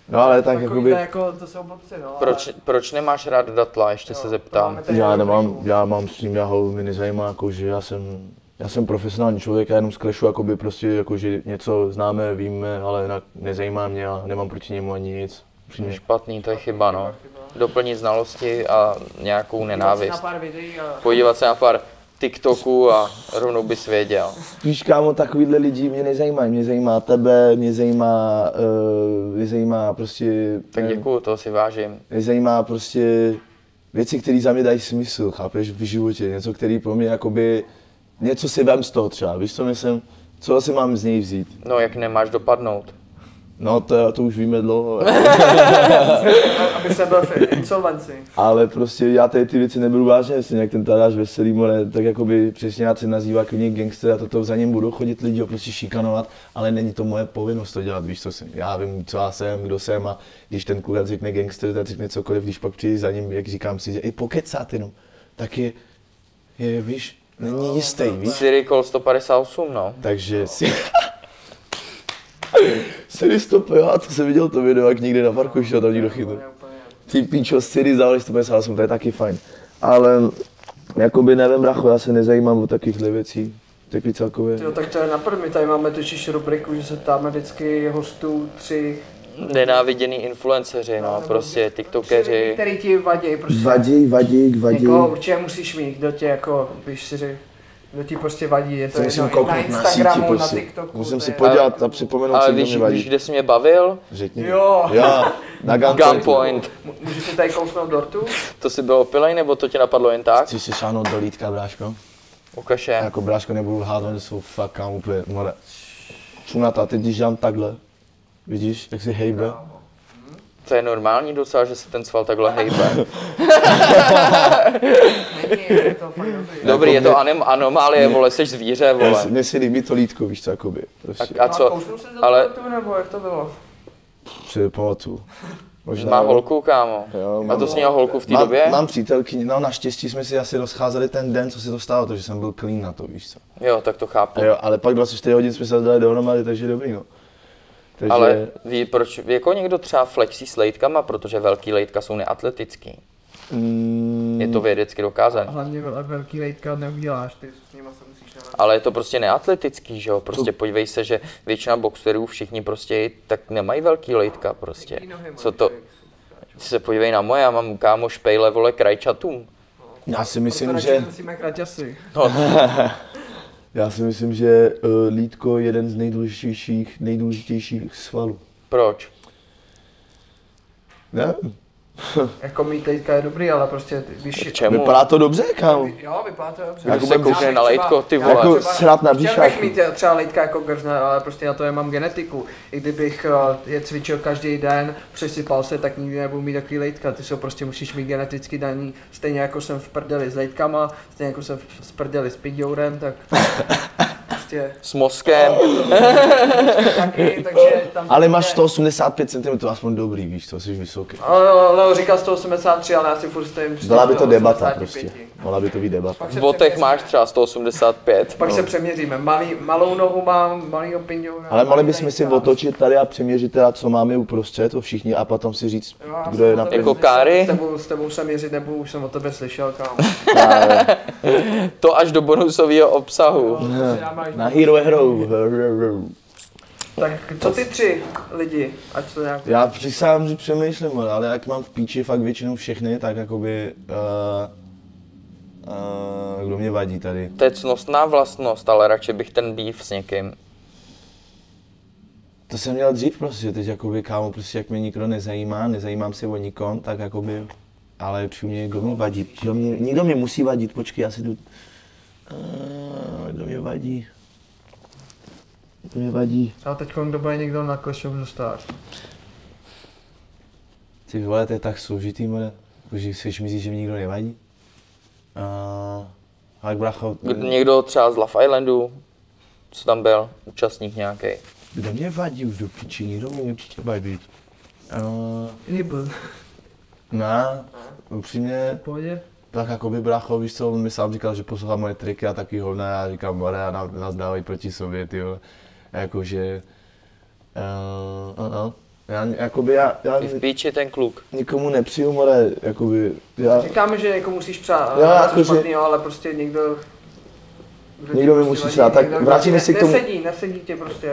S3: No ale tak jakoby,
S5: jakoby... jako to jsou blbci, no.
S1: Proč, proč nemáš rád datla, ještě
S5: Jo,
S1: se
S5: to
S1: zeptám.
S5: máme tady
S3: já
S5: jako
S3: nemám,
S5: trošku.
S3: já mám s ním, já ho mi nezajímá, jako, že já jsem, já jsem profesionální člověk, já jenom z Clashu, jakoby prostě, jako, že něco známe, víme, ale jinak nezajímá mě a nemám proti němu ani nic. Upřímně.
S1: Špatný, to je chyba, no. Doplnit znalosti a nějakou
S4: Na
S1: nenávist.
S4: pár videí a
S1: Podívat se na pár TikToků a rovnou bys věděl.
S3: Víš, kámo, takovýhle lidi mě nezajímají, mě zajímá tebe, mě zajímá, uh, mě zajímá prostě...
S1: Tak
S3: nevím,
S1: děkuju, toho si vážím.
S3: Mě zajímá prostě věci, které za mě dají smysl, chápeš, v životě. Něco, který pro mě jakoby, něco si vem z toho třeba, víš, co myslím, co si mám z něj vzít.
S1: No, jak nemáš dopadnout.
S3: No to, to už víme dlouho,
S5: Aby se byl fit, insolvenci.
S3: ale prostě já tady ty věci neberu vážně, jestli jak ten Tadáš Veselý, more, tak jakoby přesně já se nazývá klidně gangster a toto za něm budou chodit lidi ho prostě šikanovat, ale není to moje povinnost to dělat, víš co jsem, já vím, co já jsem, kdo jsem a když ten kluk řekne gangster, tak řekne cokoliv, když pak přijde za ním, jak říkám si, že i pokecat jenom, tak je, je víš, není jistý, víš.
S1: Cyricol 158, no.
S3: Takže si... Siri stopil, já to jsem viděl to video, jak někde na parku šel, tam někdo chytl. Ty píčo, Siri za 158, to je taky fajn. Ale jakoby nevím, bracho, já se nezajímám o takovýchhle věcí. Taky celkově.
S5: Jo, tak to je na prd, my tady máme totiž rubriku, že se ptáme vždycky hostů tři,
S1: Nenáviděný influenceři, no, prostě
S5: tři
S1: tiktokeři.
S5: který ti vadí, prostě.
S3: Vaděj, vaděj, vaděj.
S5: Někoho určitě musíš mít, kdo tě jako, víš si řek, kdo ti prostě vadí, je to
S3: Musím
S5: jedno, i na
S3: kouknout na síti,
S5: Instagramu, na,
S3: prostě.
S5: TikToku.
S3: Musím
S5: to
S3: si
S5: je-
S3: podívat a připomenout
S1: Ale
S3: si, kdo
S1: víš,
S3: mi
S1: víš,
S3: vadí.
S1: kde jsi mě bavil?
S3: Řekni. mi.
S5: Jo,
S3: Já, na gunpoint.
S1: Gunpoint.
S5: M- můžete tady kouknout dortu?
S1: To si byl opilej, nebo to tě napadlo jen tak?
S3: Chci si sáhnout do lítka, bráško.
S1: Ukaže.
S3: Jako bráško nebudu lhát, oni jsou fakt kam úplně, more. Čunata, teď když dám takhle, vidíš, tak si hejbe.
S1: To je normální docela, že se ten sval takhle hejbe.
S5: Není, je to fakt dobrý.
S1: Dobrý, je to
S3: Jako
S1: anem- anomálie, vole, seš zvíře,
S3: Já
S1: vole.
S3: si- Mně se líbí to lítko, víš co, jakoby. Prostě,
S1: A co?
S5: kousnul jsi do
S1: Ale-
S5: dortu, nebo jak to bylo?
S3: si pamatuju. Možná
S1: Má
S3: jo.
S1: holku, kámo.
S3: Jo,
S1: A
S3: mám-
S1: to jsi měl holku v té
S3: mám,
S1: době?
S3: Mám přítelkyni, no naštěstí jsme si asi rozcházeli ten den, co se to stalo, takže jsem byl clean na to, víš co.
S1: Jo, tak to chápu.
S3: A jo, ale pak 24 hodin jsme se dali dohromady, takže dobrý, no. Takže,
S1: Ale ví, proč, jako někdo třeba flexí s lejtkama, protože velký lejtka jsou neatletický.
S3: Mm,
S1: Je to vědecky dokázané.
S5: Hlavně velký rejtka neuděláš, ty s nima se musíš narazit.
S1: Ale je to prostě neatletický, že jo? Prostě podívej se, že většina boxerů, všichni prostě tak nemají velký lejtka prostě. Co to? Se podívej na moje, já mám kámo špejle, vole, krajčatům.
S3: já si myslím,
S5: Radši
S3: že,
S5: nosíme kraťasy.
S3: já si myslím, že uh, lítko je jeden z nejdůležitějších, nejdůležitějších svalů.
S1: Proč?
S3: Ne?
S5: Jako mít teďka je dobrý, ale prostě ty- když...
S1: Čemu?
S3: Vypadá to dobře, kámo.
S5: Jo, vypadá to dobře.
S1: Kdo se koukne na lejtko, ty
S5: Já
S1: vole.
S3: Jako
S5: třeba-
S3: srát na
S5: Chtěl bych
S3: bříšák.
S5: mít eh, třeba lejtka jako grzne, ale prostě na to nemám genetiku. I kdybych eh, je cvičil každý den, přesypal se, tak nikdy nebudu mít takový lejtka. Ty jsou prostě musíš mít geneticky daný. Stejně jako jsem v prdeli s lejtkama, stejně jako jsem v- v prdeli s pidjourem, tak prostě
S1: S mozkem?
S5: taky, takže tam...
S3: Ale máš 185 cm, aspoň dobrý, víš co, jsi vysoký.
S5: Ale Leo říká 183, ale já si furt stojím při
S3: Byla by to debata
S5: 185.
S3: prostě. Byla by to být debata.
S5: Pak
S1: V
S5: se
S1: botech
S5: přeměříme.
S1: máš třeba 185.
S5: Pak se přeměříme. Malý, malou nohu mám, malý opinioura.
S3: No. Ale mohli
S5: malý
S3: bychom si
S5: lejtka.
S3: otočit tady a přeměřit teda, co máme uprostřed, to všichni, a potom si říct,
S5: Jo, já
S3: kdo
S5: jsem
S3: je
S5: o
S3: na
S5: tebe
S1: Jako
S5: slyšel,
S1: Káry?
S5: S tebou, s tebou jsem jezdit nebudu, už jsem o tebe slyšel, kámo.
S1: To až do bonusového obsahu.
S3: Na Hero Hero.
S5: tak co ty tři lidi, ať to nějak...
S3: Já přísám, že přemýšlím, ale- ale jak mám v píči fakt většinou všechny, tak jakoby... Uh, uh, kdo mě vadí tady?
S1: To je cnostná vlastnost, ale radši bych ten býv s někým.
S3: To jsem měl dřív prostě, teď jakoby kámo, prostě jak mě nikdo nezajímá, nezajímám se o nikom, tak jakoby, ale přímě kdo mě vadí, kdo mě, nikdo mě musí vadit, počkej, já si jdu, Eh, kdo mě vadí, kdo mě vadí,
S5: Třeba teď kdo bude někdo na Clash of the Stars.
S3: ty vole, to je tak složitý, mole, že si myslíš, že mě nikdo nevadí, uh, ale bracho,
S1: Kdo- Někdo třeba z Love Islandu, co tam byl, účastník nějaký.
S3: kdo mě vadí už do piči, nikdo mě určitě vadí, uh,
S5: Nibble.
S3: Ne, no, upřímně,
S4: Pohodě?
S3: tak jako by brácho, víš co, on mi sám říkal, že poslouchá moje triky a taky hovna, já říkám, more, a nám- nás dávají proti sobě, ty jakože, uh, ano, já, jakoby já, já
S1: Ty v píči ten kluk.
S3: nikomu nepřiju, more, jakoby, já,
S5: Říkáme, že jako musíš přát
S3: Jo,
S5: jo, něco
S3: jakože-
S5: špatného, ale prostě někdo... kdo ti
S3: Někdo mi
S5: prostě
S3: musí
S5: vadí,
S3: přát, tak
S5: někdo-
S3: vrátíme
S5: ne-
S3: se k tomu-
S5: Nesedí, nesedí tě prostě.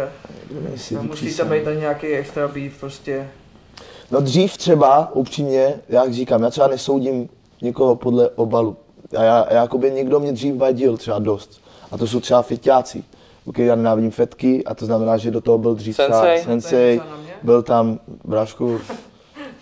S5: No, musí tam být ani nějaký extra beef prostě.
S3: No dřív třeba, upřímně, jak říkám, já třeba nesoudím někoho podle obalu. A já, já jakoby někdo mě dřív vadil třeba dost. A to jsou třeba feťáci. Ok, já nenávidím fetky a to znamená, že do toho byl dřív
S1: Sensei.
S3: třeba sensei,
S5: Něco na mě?
S3: byl tam brášku.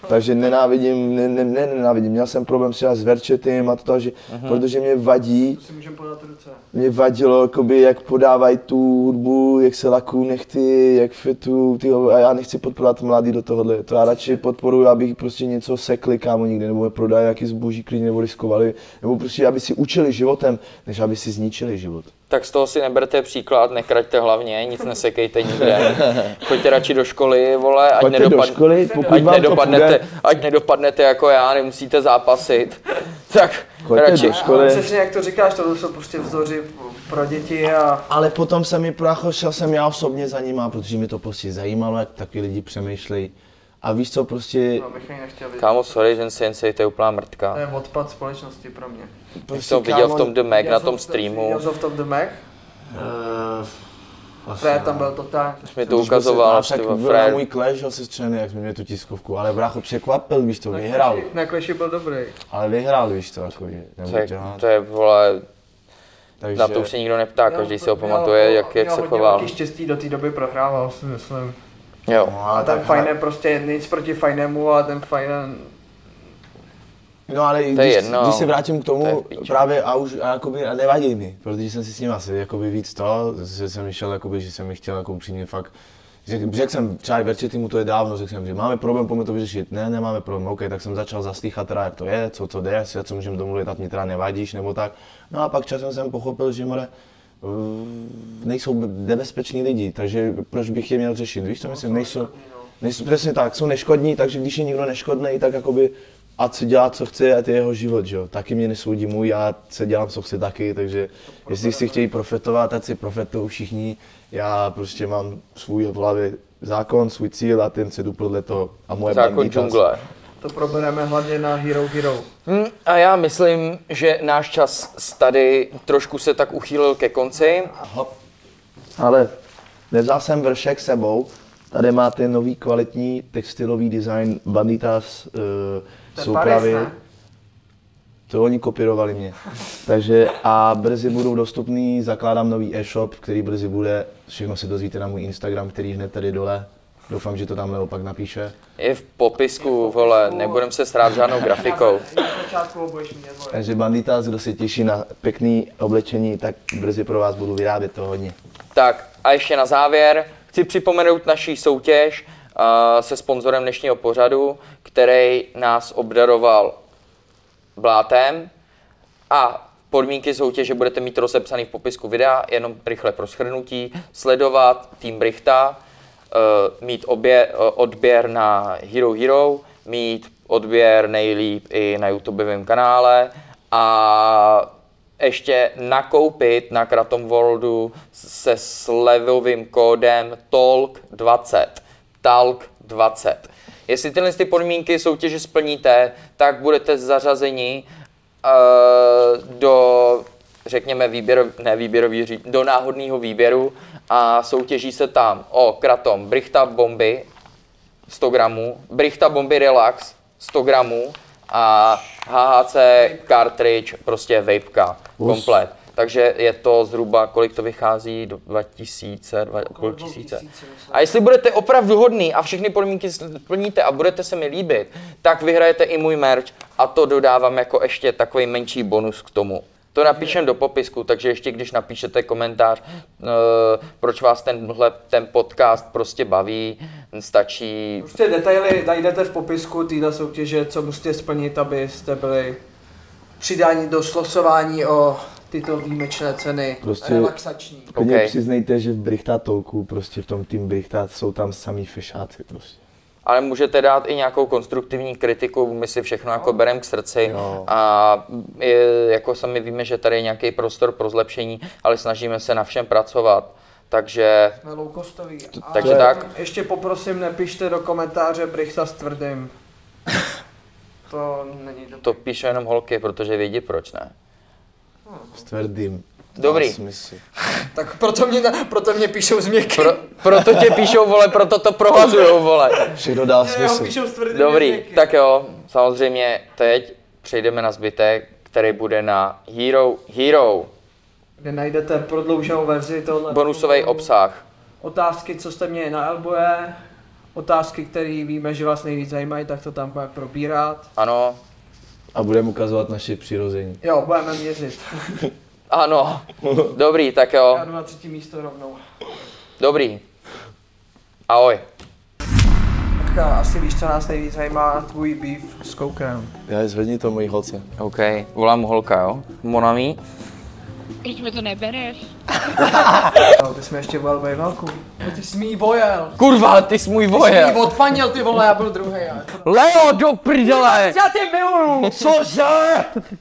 S3: Takže nenávidím, ne, ne, ne, nenávidím. Měl jsem problém třeba s verčetým a to, že, protože mě vadí,
S5: To si můžeme podat ruce.
S3: mě vadilo, jakoby, jak podávají tu hudbu, jak se lakou nechty, jak fitu, tyjo, a já nechci podporovat mladý do tohohle. To já radši podporuji, abych prostě něco sekli kámo někde, nebo je prodali jaký zboží klidně, nebo riskovali, nebo prostě, aby si učili životem, než aby si zničili život.
S1: Tak z toho si neberte příklad, nekraďte hlavně, nic nesekejte nikde. Choďte radši do školy, vole, ať,
S3: Pojďte do
S1: nedopad...
S3: školy, pokud
S1: ať,
S3: vám to
S1: nedopadnete,
S3: půjde,
S1: ať nedopadnete jako já, nemusíte zápasit. Tak
S3: Choďte
S1: radši.
S3: do školy.
S5: Ale přesně jak to říkáš, to jsou prostě vzory pro děti a
S3: Ale potom jsem mi pracho, šel jsem já osobně za nima, protože mi to prostě zajímalo, jak taky lidi přemýšlejí. A víš co, prostě,
S5: no, bych ani nechtěl vidět.
S1: Kámo, sorry, že sensei, to je úplná mrtka.
S5: To je odpad společnosti pro mě.
S1: Když
S3: prostě
S1: jsem viděl v
S3: kámo,
S1: tom The Mac, na tom
S5: Já
S1: streamu,
S5: jsem v tom The Mac,
S3: eh, asi
S5: Fred
S3: ne.
S5: tam byl totálně.
S1: mi to ukazoval,
S3: však
S1: ty
S3: byl
S1: vole,
S3: na můj clash asi střený, jak jsme měli tu tiskovku, ale brácho překvapil, víš to, vyhrál.
S5: Na Clashi byl dobrý.
S3: Ale vyhrál, víš to, jako, že
S1: to je,
S3: nebuď, jo.
S1: to je, vole,
S3: takže,
S1: na to už se nikdo neptá, každý
S5: Měl-
S1: si ho
S5: měl-
S1: pamatuje, jak, jak
S5: měl
S1: se
S5: hodně
S1: choval.
S5: velký štěstí do té doby prohrával, si myslím.
S1: Jo.
S3: No,
S5: A
S3: ale
S5: ten
S3: tak-
S5: fajné prostě nic proti fajnému, ale ten fajné
S3: No ale to
S1: To je
S3: když,
S1: jedno,
S3: když se
S1: ale
S3: vrátím k
S1: to je
S3: tomu
S1: v píči.
S3: právě a už a jakoby, a nevadí mi, protože jsem si s ním asi jakoby víc to, že jsem šel, jakoby, že jsem mi chtěl jako upřímně fakt, Řek- Řekl jsem třeba i Verčety mu to je dávno, řekl jsem, že máme problém, pojďme to vyřešit. Ne, nemáme problém, OK, tak jsem začal zaslýchat teda, jak to je, co, co jde, co můžeme domluvit, a mě teda nevadíš, nebo tak. No a pak časem jsem pochopil, že more, mm, nejsou nebezpeční lidi, takže proč bych je měl řešit, víš co myslím, nejsou, nejsou, přesně tak, jsou neškodní, takže když je někdo neškodný, tak jakoby a co dělá, co chce, a to je jeho život, že jo. Taky mě nesoudí můj, já se dělám, co chci taky, takže jestli si chtějí profetovat, tak si profetují všichni. Já prostě mám svůj v hlavě zákon, svůj cíl a ten se jdu podle toho. A moje
S1: Zákon
S3: bandita-
S1: džungle.
S5: to probereme hlavně na Hero Hero.
S1: Hm, A já myslím, že náš čas s tady trošku se tak uchýlil ke konci.
S3: Hop. Ale nevzal jsem vršek sebou. Tady máte nový kvalitní textilový design Banditas uh,
S5: To je
S3: jsou
S5: Paris,
S3: právě...
S5: ne?
S3: To oni kopírovali mě. Takže a brzy budou dostupný, zakládám nový e-shop, který brzy bude. Všechno se dozvíte na můj Instagram, který hned tady dole. Doufám, že to tam Leo pak napíše.
S1: I v popisku, vole, nebudem se srát žádnou grafikou.
S5: Na začátku budeš mít dvoje.
S3: Takže Banditas, kdo se těší na pěkný oblečení, tak brzy pro vás budu vyrábět to hodně.
S1: Tak a ještě na závěr chci připomenout naší soutěž eh, se sponzorem dnešního pořadu, který nás obdaroval blátem. A podmínky soutěže budete mít rozepsaný v popisku videa, jenom rychle pro schrnutí. Sledovat tým Brichta, eh, mít obě, eh, odběr na Hero Hero, mít odběr nejlíp i na YouTubeovém kanále a ještě nakoupit na Kratom Worldu se slevovým kódem TOLK20. TALK20. Jestli tyhle ty podmínky soutěže splníte, tak budete zařazeni eh, do, řekněme, výběro, ne výběrový, ří- do náhodného výběru a soutěží se tam o kratom Brichta bomby 100 gramů, Brichta bomby relax 100 gramů a HHC cartridge, prostě vapeka, komplet. Takže je to zhruba, kolik to vychází, do 2000, dva- půl tisíce. A jestli budete opravdu hodný a všechny podmínky splníte a budete se mi líbit, tak vyhrajete i můj merch a to dodávám jako ještě takový menší bonus k tomu. To napíšem do popisku, takže ještě když napíšete komentář, eh, proč vás tenhle, ten podcast prostě baví, stačí
S5: Prostě detaily najdete v popisku této soutěže, co musíte splnit, abyste byli přidáni do slosování o tyto výjimečné ceny.
S3: Prostě-
S5: Relaxační.
S3: Klidně
S1: OK.
S3: přiznejte, že v Brichta Tolku, prostě v tom tým Brichta, jsou tam samý fešáci prostě.
S1: ale můžete dát i nějakou konstruktivní kritiku, my si všechno jako bereme k srdci
S3: Jo.
S1: a je, jako sami víme, že tady je nějaký prostor pro zlepšení, ale snažíme se na všem pracovat, takže
S5: Jsme loukostový.
S1: takže tak.
S5: Ještě poprosím, nepište do komentáře Brichta s tvrdým. To není dobré.
S1: to píšu jenom holky, protože vědí proč ne.
S3: S tvrdým.
S1: Dobrý.
S3: Dá smysl.
S5: Tak proto mě, na- proto mě píšou z měkkým.
S1: Pro, proto tě píšou, vole, proto to prohazujou, vole.
S3: Všechno dá
S5: Ne, jo,
S3: smysl.
S5: píšou s tvrdým
S1: Dobrý,
S5: jazykem.
S1: tak jo, samozřejmě teď přejdeme na zbytek, který bude na Hero, Hero,
S5: Kde najdete prodlouženou verzi tohle.
S1: bonusový obsah.
S5: Otázky, co jste měli na Elboje. Otázky, které víme, že vás nejvíc zajímají, tak to tam budeme probírat.
S1: Ano,
S3: A budeme ukazovat naše přirození.
S5: Jo, budeme měřit.
S1: ano, dobrý, tak jo,
S5: Já jdu na třetí místo rovnou.
S1: dobrý. Ahoj.
S5: Tak a asi víš, co nás nejvíc zajímá, tvůj beef s Koukem.
S3: Já zvedni to mojí holce.
S1: OK, volám holka, jo? Monami.
S6: Teď mi to nebereš.
S5: No, ty jsme ještě byl velkou.
S4: No Ty jsi mi bojel.
S1: Kurva, ty jsi můj
S4: Ty
S1: voje.
S4: jsi odfanil ty vole, já byl druhý.
S1: Leo, do prdele.
S4: Já tě miluju.
S1: Cože?